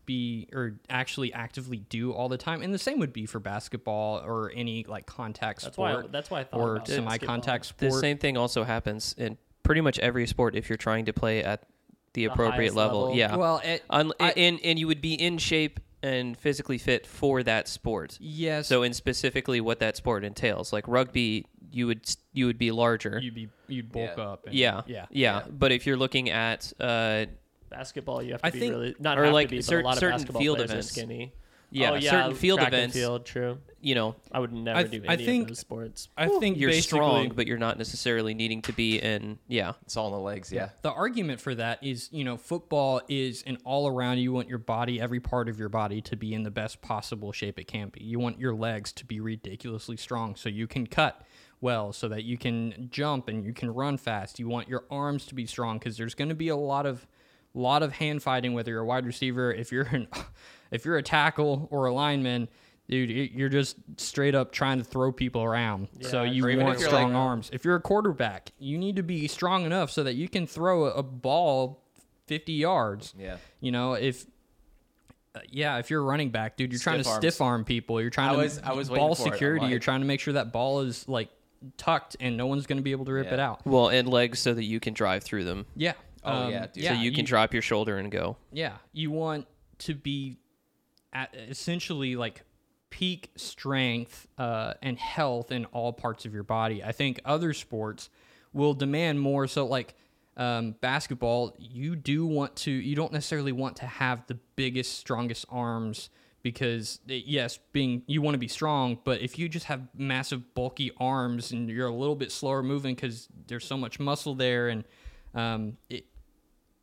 Speaker 2: be or actually actively do all the time. And the same would be for basketball or any like contact
Speaker 1: That's why I-
Speaker 2: sport.
Speaker 1: that's why I thought
Speaker 2: or
Speaker 1: about
Speaker 2: semi contact sport.
Speaker 3: The same thing also happens in pretty much every sport if you're trying to play at the appropriate
Speaker 1: highest
Speaker 3: level.
Speaker 1: level.
Speaker 3: Yeah.
Speaker 2: Well, it,
Speaker 3: Un-
Speaker 2: I-
Speaker 3: and and you would be in shape and physically fit for that sport.
Speaker 2: yes,
Speaker 3: So in specifically what that sport entails, like rugby, you would you would be larger.
Speaker 2: you'd be you'd bulk
Speaker 4: Yeah.
Speaker 2: up. And,
Speaker 3: yeah,
Speaker 2: yeah,
Speaker 3: yeah. But if you're looking at uh,
Speaker 1: basketball you have to
Speaker 2: I
Speaker 1: be
Speaker 2: think-
Speaker 1: really not
Speaker 3: or
Speaker 1: have
Speaker 3: like
Speaker 1: to be, but
Speaker 3: cer-
Speaker 1: a lot of
Speaker 3: certain
Speaker 1: basketball
Speaker 3: field
Speaker 1: players
Speaker 3: events.
Speaker 1: are skinny.
Speaker 3: yeah,
Speaker 1: Oh, yeah
Speaker 3: certain field
Speaker 1: track and
Speaker 3: events.
Speaker 1: Field, true.
Speaker 3: You know,
Speaker 1: I would never
Speaker 2: I
Speaker 1: do
Speaker 2: th-
Speaker 1: any
Speaker 2: I think-
Speaker 1: of those sports.
Speaker 2: I think
Speaker 3: you're
Speaker 2: basically
Speaker 3: strong, but you're not necessarily needing to be in. Yeah,
Speaker 4: It's all in the legs. Yeah.
Speaker 2: the argument for that is, you know, football is an all around. You want your body, every part of your body, to be in the best possible shape it can be. You want your legs to be ridiculously strong so you can cut well, so that you can jump and you can run fast. You want your arms to be strong because there's going to be a lot of lot of hand fighting whether you're a wide receiver if you're an [laughs] if you're a tackle or a lineman dude you- you're just straight up trying to throw people around so you
Speaker 4: Or even
Speaker 2: want
Speaker 4: if you're,
Speaker 2: strong
Speaker 4: like,
Speaker 2: arms if you're a quarterback you need to be strong enough so that you can throw a, a ball 50 yards
Speaker 4: Yeah.
Speaker 2: you know if uh, yeah, if you're a running back, dude, you're trying to
Speaker 4: Stiff arms.
Speaker 2: stiff arm people. You're trying
Speaker 4: I
Speaker 2: to
Speaker 4: was- I was waiting
Speaker 2: ball
Speaker 4: for it. I'm
Speaker 2: security. You're
Speaker 4: like-
Speaker 2: trying to make sure that ball is like tucked and no one's going to be able to rip
Speaker 4: Yeah.
Speaker 2: it out.
Speaker 3: well, and legs so that you can drive through them,
Speaker 2: Yeah.
Speaker 4: Oh, yeah, dude.
Speaker 3: so you can drop your shoulder and go.
Speaker 2: Yeah, you want to be at essentially like peak strength uh, and health in all parts of your body. I think other sports will demand more. So like um, basketball, you do want to. You don't necessarily want to have the biggest, strongest arms because eh, yes, being you want to be strong, but if you just have massive, bulky arms and you're a little bit slower moving because there's so much muscle there and um, it,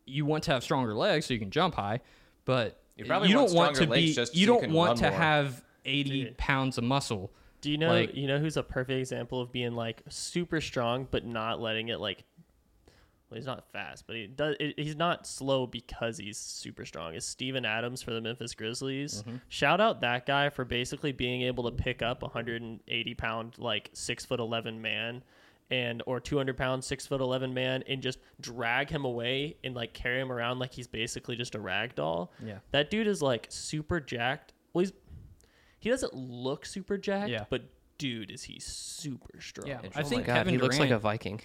Speaker 2: you want to have stronger legs so you can jump high, but you,
Speaker 4: You probably want
Speaker 2: don't want to
Speaker 4: stronger legs
Speaker 2: be
Speaker 4: just
Speaker 2: you
Speaker 4: so you
Speaker 2: don't
Speaker 4: can
Speaker 2: want
Speaker 4: run
Speaker 2: to
Speaker 4: more.
Speaker 2: have 80 pounds of muscle.
Speaker 1: Do you know
Speaker 2: Like-
Speaker 1: you know who's a perfect example of being like super strong but not letting it like well he's not fast but he does it, he's not slow because he's super strong is Steven Adams for the Memphis Grizzlies
Speaker 2: Mm-hmm.
Speaker 1: shout out that guy for basically being able to pick up a 180 pound like six foot 11 man and or 200 pound six foot 11 man and just drag him away and like carry him around like he's basically just a rag doll
Speaker 2: Yeah.
Speaker 1: that dude is like super jacked well he's he doesn't look super jacked,
Speaker 2: Yeah.
Speaker 1: but dude, is he super strong.
Speaker 2: Yeah. I
Speaker 4: Oh
Speaker 2: think
Speaker 4: my
Speaker 3: God,
Speaker 2: Kevin
Speaker 3: he looks like a
Speaker 2: Durant-
Speaker 3: Viking.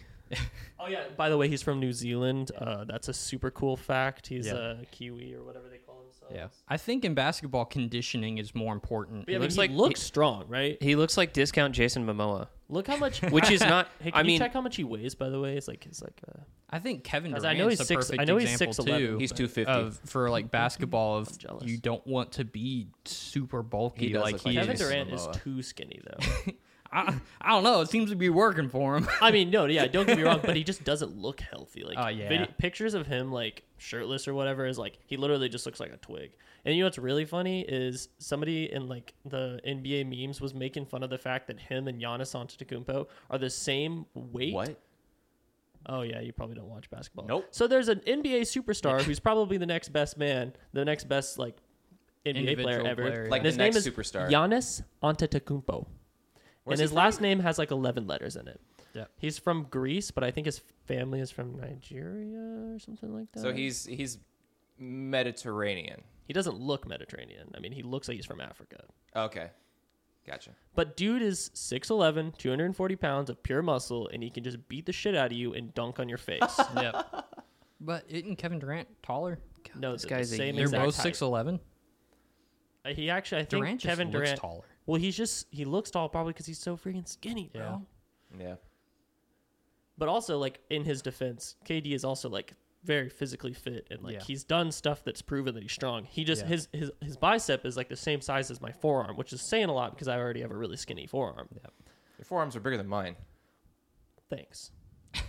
Speaker 1: Oh yeah. By the way, he's from New Zealand. Uh, that's a super cool fact. He's
Speaker 2: Yeah.
Speaker 1: a Kiwi or whatever they call themselves.
Speaker 2: Yeah. I think in basketball conditioning is more important.
Speaker 1: But, yeah, I mean,
Speaker 3: looks
Speaker 1: he
Speaker 3: like-
Speaker 1: looks strong, right?
Speaker 3: He looks like discount Jason Momoa,
Speaker 1: Look how
Speaker 2: [laughs]
Speaker 1: much.
Speaker 3: which is not.
Speaker 1: Hey, can
Speaker 3: I
Speaker 1: you
Speaker 3: mean,
Speaker 1: check how much he weighs? By the way, it's like it's like. Uh,
Speaker 2: I think Kevin
Speaker 1: Guys,
Speaker 2: Durant's
Speaker 1: I know he's
Speaker 2: a
Speaker 1: six-
Speaker 2: perfect
Speaker 1: I know he's
Speaker 2: example
Speaker 1: 6'11",
Speaker 2: too.
Speaker 4: He's 250.
Speaker 2: Of,
Speaker 1: [laughs]
Speaker 2: for like basketball, of
Speaker 1: jealous.
Speaker 2: you don't want to be super bulky
Speaker 4: He does
Speaker 2: like
Speaker 4: look
Speaker 2: he
Speaker 4: like
Speaker 1: Kevin
Speaker 2: is.
Speaker 1: Durant is
Speaker 4: Momoa.
Speaker 1: too skinny
Speaker 3: [laughs]
Speaker 1: though.
Speaker 2: I, I don't know. It seems to be working for him. [laughs]
Speaker 1: I mean, no, yeah, don't get me wrong, but he just doesn't look healthy. Like,
Speaker 2: Oh, yeah.
Speaker 1: pictures of him like shirtless or whatever is like he literally just looks like a twig. And you know what's really funny is somebody in like the NBA memes was making fun of the fact that him and Giannis Antetokounmpo are the same weight.
Speaker 4: What?
Speaker 1: Oh yeah, you probably don't watch basketball.
Speaker 4: Nope.
Speaker 1: So there's an NBA superstar who's probably the next best man, the next best like NBA player
Speaker 2: Individual
Speaker 1: ever.
Speaker 2: player,
Speaker 4: Like
Speaker 1: And his
Speaker 4: the next
Speaker 1: name is
Speaker 4: superstar.
Speaker 1: Giannis Antetokounmpo.
Speaker 4: Where's
Speaker 1: and
Speaker 4: he
Speaker 1: his last name has like 11 letters in it.
Speaker 2: Yep.
Speaker 1: He's from Greece, but I think his family is from Nigeria or something like that.
Speaker 4: So he's he's Mediterranean.
Speaker 1: he doesn't look Mediterranean. I mean, he looks like he's from Africa.
Speaker 4: Okay. Gotcha.
Speaker 1: But dude is 6'11, 240 pounds of pure muscle, and he can just beat the shit out of you and dunk on your
Speaker 4: [laughs]
Speaker 1: face.
Speaker 2: yep. But isn't Kevin Durant taller?
Speaker 1: no,
Speaker 3: This
Speaker 1: the- the
Speaker 3: guy's a
Speaker 1: same
Speaker 2: They're
Speaker 1: exact
Speaker 2: both
Speaker 1: height.
Speaker 2: six eleven.
Speaker 1: Uh, He actually, I think
Speaker 2: Durant just
Speaker 1: Kevin
Speaker 2: looks
Speaker 1: Durant.
Speaker 2: taller.
Speaker 1: Well, he's just he looks tall probably because he's so freaking skinny, bro.
Speaker 2: Yeah.
Speaker 4: Yeah.
Speaker 1: But also, like in his defense, KD is also like very physically fit and like
Speaker 2: Yeah.
Speaker 1: he's done stuff that's proven that he's strong. He just
Speaker 2: Yeah.
Speaker 1: his his his bicep is like the same size as my forearm, which is saying a lot because I already have a really skinny forearm.
Speaker 4: Your forearms are bigger than mine.
Speaker 1: Thanks.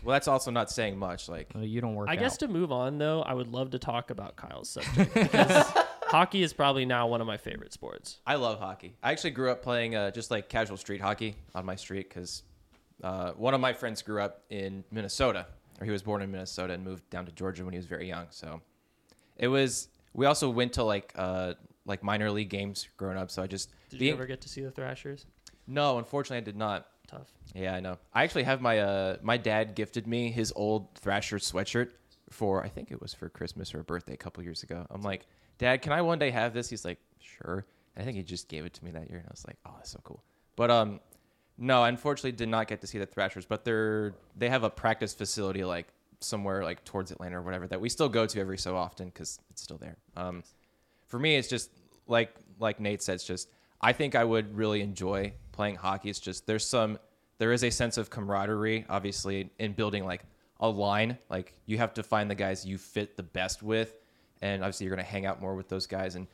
Speaker 4: Well, that's also not saying much. Like,
Speaker 2: Well, you don't work.
Speaker 1: I guess
Speaker 2: out.
Speaker 1: to move on though, I would love to talk about Kyle's subject
Speaker 2: [laughs]
Speaker 1: because hockey is probably now one of my favorite sports.
Speaker 4: I love hockey. I actually grew up playing uh, just like casual street hockey on my street because uh, one of my friends grew up in Minnesota, or he was born in Minnesota and moved down to Georgia when he was very young. So it was. We also went to like uh, like minor league games growing up. So I just
Speaker 1: Did you
Speaker 4: being-
Speaker 1: ever get to see the Thrashers?
Speaker 4: no, unfortunately, I did not.
Speaker 1: Tough.
Speaker 4: Yeah, I know. I actually have my uh my dad gifted me his old Thrasher sweatshirt for I think it was for Christmas or a birthday a couple years ago. I'm like, "Dad, can I one day have this?" He's like, "Sure." And I think he just gave it to me that year and I was like, "Oh, that's so cool." But um no, I unfortunately did not get to see the Thrashers, but they're they have a practice facility like somewhere like towards Atlanta or whatever that we still go to every so often cuz it's still there. Um for me it's just like like Nate said it's just I think I would really enjoy playing hockey it's just there's some there is a sense of camaraderie obviously in building like a line like you have to find the guys you fit the best with and obviously you're going to hang out more with those guys and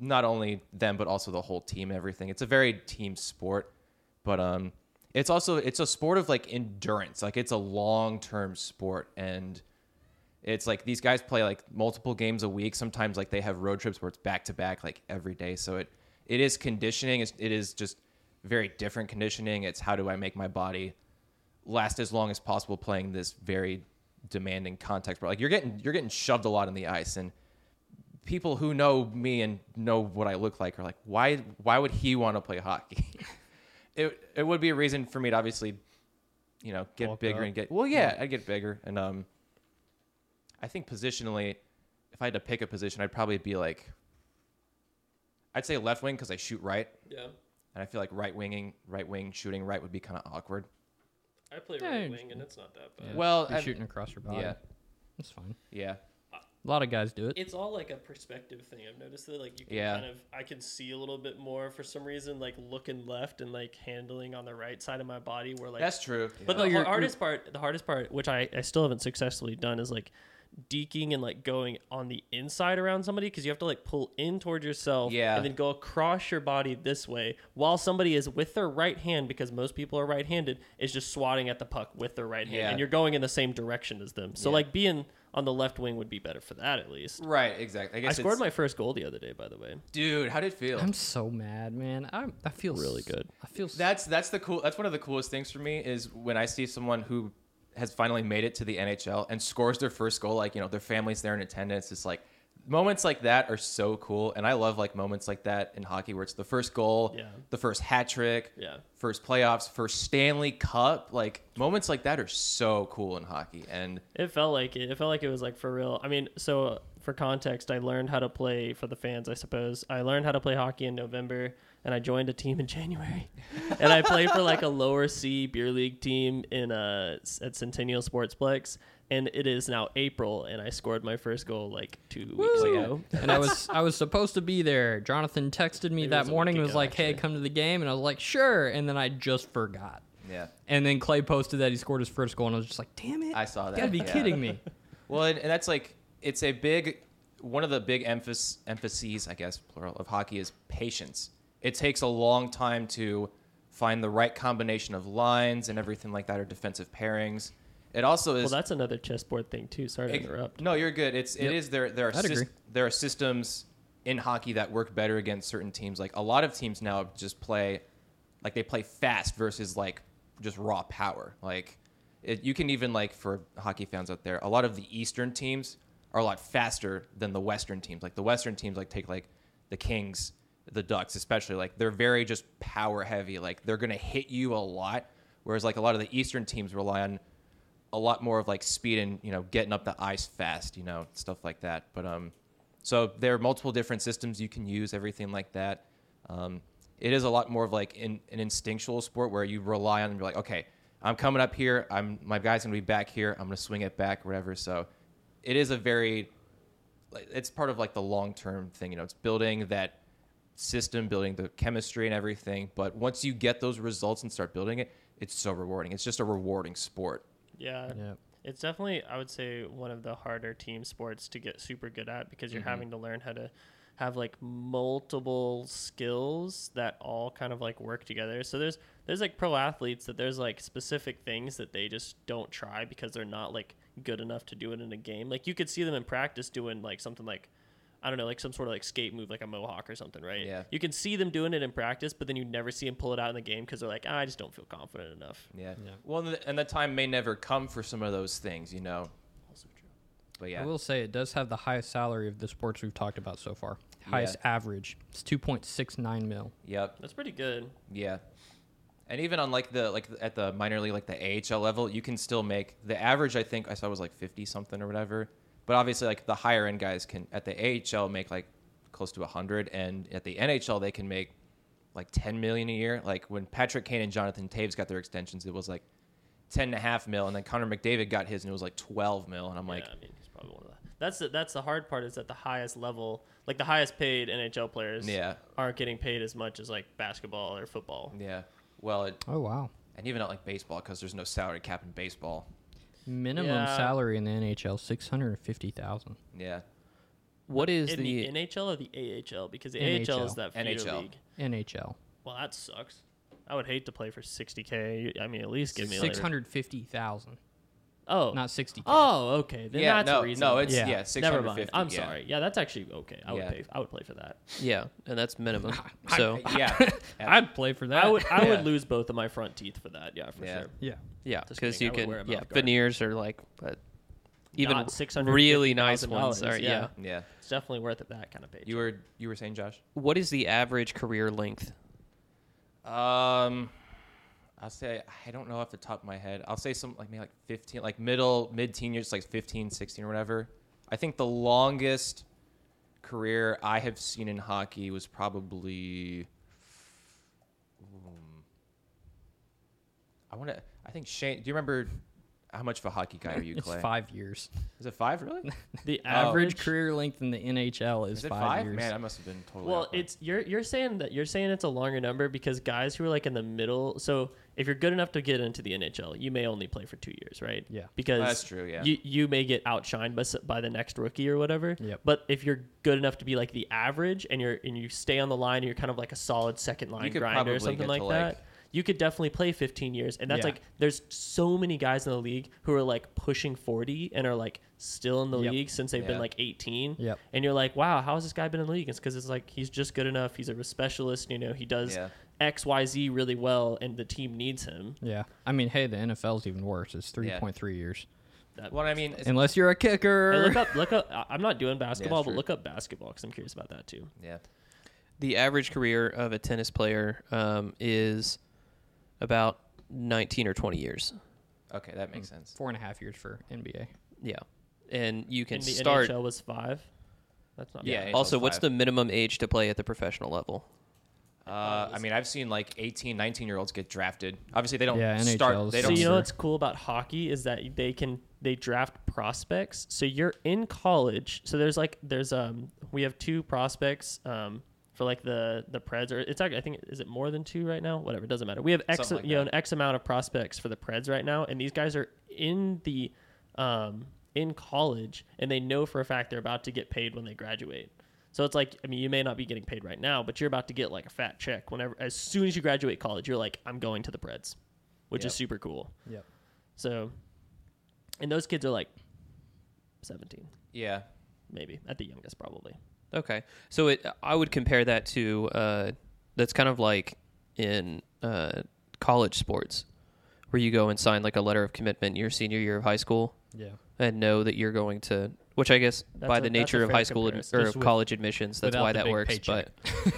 Speaker 4: not only them but also the whole team and everything. It's a very team sport, but um, it's also it's a sport of like endurance. Like it's a long term sport, and it's like these guys play like multiple games a week. Sometimes like they have road trips where it's back to back like every day. So it it is conditioning. It's, it is just very different conditioning. It's how do I make my body last as long as possible playing this very demanding contact sport. Like you're getting you're getting shoved a lot in the ice and people who know me and know what I look like are like, why why would he want to play hockey? [laughs] it it would be a reason for me to obviously, you know, get
Speaker 2: Bulk
Speaker 4: bigger
Speaker 2: up.
Speaker 4: and get well, yeah, I'd get bigger and um, I think positionally, if I had to pick a position, I'd probably be like, I'd say left wing because I shoot right,
Speaker 1: Yeah.
Speaker 4: and I feel like right winging, right wing shooting right would be kind of awkward.
Speaker 1: I play
Speaker 2: Yeah.
Speaker 1: right wing and it's not that bad.
Speaker 4: Well,
Speaker 2: you're
Speaker 4: I-
Speaker 2: shooting across your body.
Speaker 4: yeah.
Speaker 2: That's fine.
Speaker 4: Yeah,
Speaker 2: A lot of guys do it.
Speaker 1: It's all like a perspective thing. I've noticed that like you can
Speaker 4: Yeah.
Speaker 1: kind of I can see a little bit more for some reason, like looking left and like handling on the right side of my body where like
Speaker 4: that's true.
Speaker 1: But
Speaker 4: Yeah.
Speaker 1: the
Speaker 2: you're-
Speaker 1: hardest part, the hardest part, which I, I still haven't successfully done, is like deking and like going on the inside around somebody because you have to like pull in toward yourself
Speaker 4: Yeah.
Speaker 1: and then go across your body this way while somebody is with their right hand because most people are right-handed is just swatting at the puck with their right hand
Speaker 4: Yeah.
Speaker 1: and you're going in the same direction as them. So like being on the left wing would be better for that at least.
Speaker 4: right, exactly. I
Speaker 1: I
Speaker 4: guess
Speaker 1: scored
Speaker 4: it's-
Speaker 1: my first goal the other day, by the way.
Speaker 4: dude. How did it feel?
Speaker 2: I'm so mad, man. I I feel really
Speaker 3: good.
Speaker 2: I feel that
Speaker 4: That's that's the cool. That's one of the coolest things for me is when I see someone who has finally made it to the NHL and scores their first goal. Like you know, their family's there in attendance. It's like moments like that are so cool, and I love like moments like that in hockey where it's the first goal,
Speaker 1: Yeah.
Speaker 4: the first hat trick,
Speaker 1: Yeah.
Speaker 4: first playoffs, first Stanley Cup. Like moments like that are so cool in hockey, and
Speaker 1: It felt like it. It felt like it was like for real. I mean, so uh, for context, I learned how to play for the fans. I suppose I learned how to play hockey in November, and I joined a team in [laughs] January, and I played for like a lower C beer league team in uh s- at Centennial Sportsplex. And it is now April, and I scored my first goal like two weeks ago.
Speaker 2: and I was I was supposed to be there. Jonathan texted me that
Speaker 1: was a
Speaker 2: morning
Speaker 1: week
Speaker 2: and was
Speaker 1: ago,
Speaker 2: like, "Hey,
Speaker 1: actually.
Speaker 2: come to the game," and I was like, "Sure," and then I just forgot.
Speaker 4: yeah.
Speaker 2: And then Clay posted that he scored his first goal, and I was just like, "Damn it!
Speaker 4: I saw that,
Speaker 2: You gotta be
Speaker 4: yeah.
Speaker 2: kidding [laughs] me."
Speaker 4: Well, and, and that's like it's a big one of the big emphasis emphases, I guess, plural of hockey is patience. It takes a long time to find the right combination of lines and everything like that, or defensive pairings. It also
Speaker 1: Well,
Speaker 4: is.
Speaker 1: that's another chessboard thing too. Sorry to
Speaker 4: it-
Speaker 1: interrupt.
Speaker 4: no, you're good. It's
Speaker 2: Yep.
Speaker 4: it is there. There are
Speaker 2: I'd
Speaker 4: sys-
Speaker 2: agree.
Speaker 4: there are systems in hockey that work better against certain teams. Like a lot of teams now just play, like they play fast versus like just raw power. Like it, you can even like for hockey fans out there, a lot of the Eastern teams are a lot faster than the Western teams. Like the Western teams, like take like the Kings, the Ducks, especially like they're very just power heavy. Like they're gonna hit you a lot. Whereas like a lot of the Eastern teams rely on a lot more of like speed and you know getting up the ice fast, you know stuff like that. But um, so there are multiple different systems you can use, everything like that. Um, it is a lot more of like in, an instinctual sport where you rely on you're like, okay, I'm coming up here, I'm my guy's gonna be back here, I'm gonna swing it back, whatever. So it is a very like, it's part of like the long term thing, you know, it's building that system, building the chemistry and everything. But once you get those results and start building it, it's so rewarding. It's just a rewarding sport.
Speaker 1: Yeah. It's definitely, I would say, one of the harder team sports to get super good at because you're having to learn how to have like multiple skills that all kind of like work together. So there's there's like pro athletes that there's like specific things that they just don't try because they're not like good enough to do it in a game. Like you could see them in practice doing like something like I don't know, like some sort of like skate move, like a mohawk or something, right?
Speaker 4: Yeah.
Speaker 1: You can see them doing it in practice, but then you never see them pull it out in the game because they're like, "Ah, I just don't feel confident enough.
Speaker 4: Yeah. Well, and the, and the time may never come for some of those things, you know.
Speaker 1: Also true.
Speaker 4: But
Speaker 2: I
Speaker 4: yeah,
Speaker 2: will say it does have the highest salary of the sports we've talked about so far. Highest average. It's two point six nine mil.
Speaker 4: yep,
Speaker 1: That's pretty good.
Speaker 4: yeah. And even on like the like at the minor league, like the AHL level, you can still make the average. I think I saw was like fifty something or whatever. But obviously, like the higher end guys can at the AHL make like close to hundred, and at the NHL they can make like ten million a year. Like when Patrick Kane and Jonathan Taves got their extensions, it was like ten and a half mil, and then Connor McDavid got his, and it was like twelve mil. And I'm like,
Speaker 1: yeah, I mean, he's probably one of the. That's the, that's the hard part is at the highest level, like the highest paid NHL players,
Speaker 4: Yeah.
Speaker 1: aren't getting paid as much as like basketball or football.
Speaker 4: yeah. Well, it,
Speaker 2: Oh wow.
Speaker 4: and even not like baseball because there's no salary cap in baseball.
Speaker 2: Minimum
Speaker 1: Yeah.
Speaker 2: salary in the NHL six hundred and fifty thousand.
Speaker 4: Yeah,
Speaker 3: What is
Speaker 1: in the, NHL or the AHL? Because the AHL is
Speaker 2: NHL.
Speaker 1: that feeder
Speaker 4: NHL.
Speaker 1: league.
Speaker 2: NHL.
Speaker 1: Well, that sucks. I would hate to play for 60k. I mean, at least give me like
Speaker 2: Six hundred fifty thousand,
Speaker 1: Oh,
Speaker 2: not sixty.
Speaker 1: Oh, okay. Then
Speaker 4: yeah,
Speaker 1: that's
Speaker 4: no,
Speaker 1: reasonable.
Speaker 4: no, it's
Speaker 2: Yeah.
Speaker 4: yeah,
Speaker 2: Never
Speaker 1: Never
Speaker 4: 650.
Speaker 1: mind. I'm
Speaker 4: yeah.
Speaker 1: sorry. Yeah, that's actually okay. I would
Speaker 4: Yeah.
Speaker 1: pay. I would play for that.
Speaker 3: yeah, and
Speaker 1: [laughs]
Speaker 3: that's minimum. So
Speaker 4: Yeah,
Speaker 2: I'd play for that.
Speaker 1: I would. I
Speaker 4: Yeah.
Speaker 1: would lose both of my front teeth for that. Yeah, for
Speaker 4: Yeah.
Speaker 1: sure.
Speaker 2: Yeah.
Speaker 3: yeah,
Speaker 1: Just
Speaker 3: because
Speaker 1: kidding,
Speaker 3: you
Speaker 1: I would wear a
Speaker 3: can yeah
Speaker 1: mouth guard.
Speaker 3: veneers are like uh, even
Speaker 1: Not $650,000
Speaker 3: really nice ones. Are, yeah.
Speaker 1: yeah.
Speaker 4: yeah.
Speaker 1: It's definitely worth it. That kind of pay.
Speaker 4: You were you were saying, Josh?
Speaker 3: What is the average career length?
Speaker 4: Um, I'll say I don't know off the top of my head. I'll say some like maybe like 15, like middle mid teen years, like 15, 16 or whatever. I think the longest career I have seen in hockey was probably. Hmm. I want to. I think Shane. Do you remember how much of a hockey guy were you,
Speaker 2: [laughs] It's
Speaker 4: Clay?
Speaker 2: five years.
Speaker 4: Is it five really?
Speaker 1: The
Speaker 2: Average
Speaker 1: average.
Speaker 2: career length in the NHL is,
Speaker 4: Is it
Speaker 2: five,
Speaker 4: five?
Speaker 2: years.
Speaker 4: Man, I must have been totally.
Speaker 1: well,
Speaker 4: off on-
Speaker 1: it's you're you're saying that you're saying it's a longer number because guys who are like in the middle. So if you're good enough to get into the NHL, you may only play for two years, right?
Speaker 2: Yeah.
Speaker 1: because
Speaker 4: That's true, yeah.
Speaker 1: you you may get outshined by s- by the next rookie or whatever.
Speaker 2: Yep.
Speaker 1: But if you're good enough to be like the average and you're and you stay on the line, and you're kind of like a solid second line
Speaker 4: could
Speaker 1: grinder
Speaker 4: probably
Speaker 1: or something
Speaker 4: get
Speaker 1: like
Speaker 4: to,
Speaker 1: that.
Speaker 4: like-
Speaker 1: you could definitely play 15 years, and that's
Speaker 2: Yeah.
Speaker 1: like there's so many guys in the league who are like pushing 40 and are like still in the
Speaker 2: Yep.
Speaker 1: league since they've been
Speaker 4: Yeah.
Speaker 1: like 18.
Speaker 2: Yep.
Speaker 1: And you're like, wow, how has this guy been in the league? It's because it's like he's just good enough. He's a specialist. You know, he does
Speaker 4: Yeah.
Speaker 1: X, Y, Z really well, and the team needs him.
Speaker 2: Yeah. I mean, hey, the NFL's even worse. It's three
Speaker 4: Yeah.
Speaker 2: point three years.
Speaker 1: That
Speaker 4: Well, I mean, it's,
Speaker 2: Unless you're a kicker.
Speaker 1: Hey, look up, look up. I- I'm not doing basketball, but
Speaker 4: true.
Speaker 1: look up basketball because I'm curious about that too.
Speaker 4: yeah.
Speaker 3: The average career of a tennis player um, is about 19 or 20 years.
Speaker 4: Okay, that makes sense.
Speaker 2: Four and a half years for NBA.
Speaker 3: Yeah, and you can
Speaker 1: And the
Speaker 3: start.
Speaker 1: NHL was five. That's not
Speaker 4: Yeah,
Speaker 1: bad.
Speaker 4: NHL
Speaker 3: also, what's
Speaker 4: five.
Speaker 3: the minimum age to play at the professional level?
Speaker 4: Uh, I mean, I've seen like 18, 19 year olds get drafted. Obviously, they don't
Speaker 2: Yeah, NHLs.
Speaker 4: start. They
Speaker 1: So
Speaker 4: don't.
Speaker 1: you know
Speaker 2: sure.
Speaker 1: what's cool about hockey is that they can they draft prospects. So you're in college. So there's like there's um we have two prospects um for like the the Preds or it's actually I think is it more than two right now? Whatever, it doesn't matter. We have X
Speaker 4: Something like
Speaker 1: you know an
Speaker 4: that.
Speaker 1: X amount of prospects for the Preds right now, and these guys are in the um in college and they know for a fact they're about to get paid when they graduate. So it's like I mean you may not be getting paid right now, but you're about to get like a fat check whenever as soon as you graduate college, you're like I'm going to the Preds, which
Speaker 4: Yep.
Speaker 1: is super cool.
Speaker 2: Yep.
Speaker 1: So, and those kids are like 17,
Speaker 4: yeah,
Speaker 1: maybe at the youngest, probably.
Speaker 3: Okay, so it I would compare that to uh, that's kind of like in uh, college sports, where you go and sign like a letter of commitment your senior year of high school,
Speaker 2: Yeah.
Speaker 3: and know that you're going to. Which I guess
Speaker 1: That's
Speaker 3: by
Speaker 1: a- that's
Speaker 3: the
Speaker 1: a
Speaker 3: nature of
Speaker 1: fair
Speaker 3: high school admi-
Speaker 1: comparison.
Speaker 3: or
Speaker 2: Just
Speaker 3: of
Speaker 2: with-
Speaker 3: college admissions, that's
Speaker 2: without
Speaker 3: why
Speaker 2: the
Speaker 3: that
Speaker 2: big
Speaker 3: works.
Speaker 2: paycheck.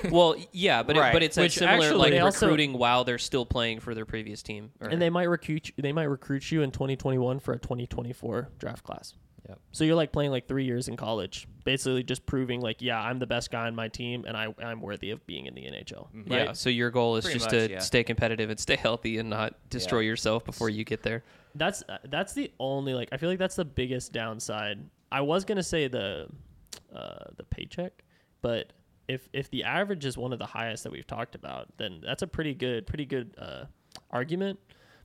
Speaker 3: But well, yeah, but it,
Speaker 4: Right.
Speaker 3: but it's
Speaker 2: Which
Speaker 3: a similar
Speaker 2: actually-
Speaker 3: like
Speaker 1: They also-
Speaker 3: recruiting while they're still playing for their previous team. or-
Speaker 1: And they might recruit you, they might recruit you in 2021 for a 2024 draft class.
Speaker 2: Yep.
Speaker 1: So you're like playing like three years in college, basically just proving like, yeah, I'm the best guy on my team, and I I'm worthy of being in the NHL. Right?
Speaker 3: Mm-hmm. Yeah. So your goal is
Speaker 4: Pretty
Speaker 3: just
Speaker 4: much,
Speaker 3: to
Speaker 4: yeah.
Speaker 3: stay competitive and stay [laughs] healthy and not destroy
Speaker 4: Yeah.
Speaker 3: yourself before you get there.
Speaker 1: that's uh, that's the only like I feel like that's the biggest downside. I was gonna say the uh, the paycheck, but if if the average is one of the highest that we've talked about, then that's a pretty good pretty good uh, argument.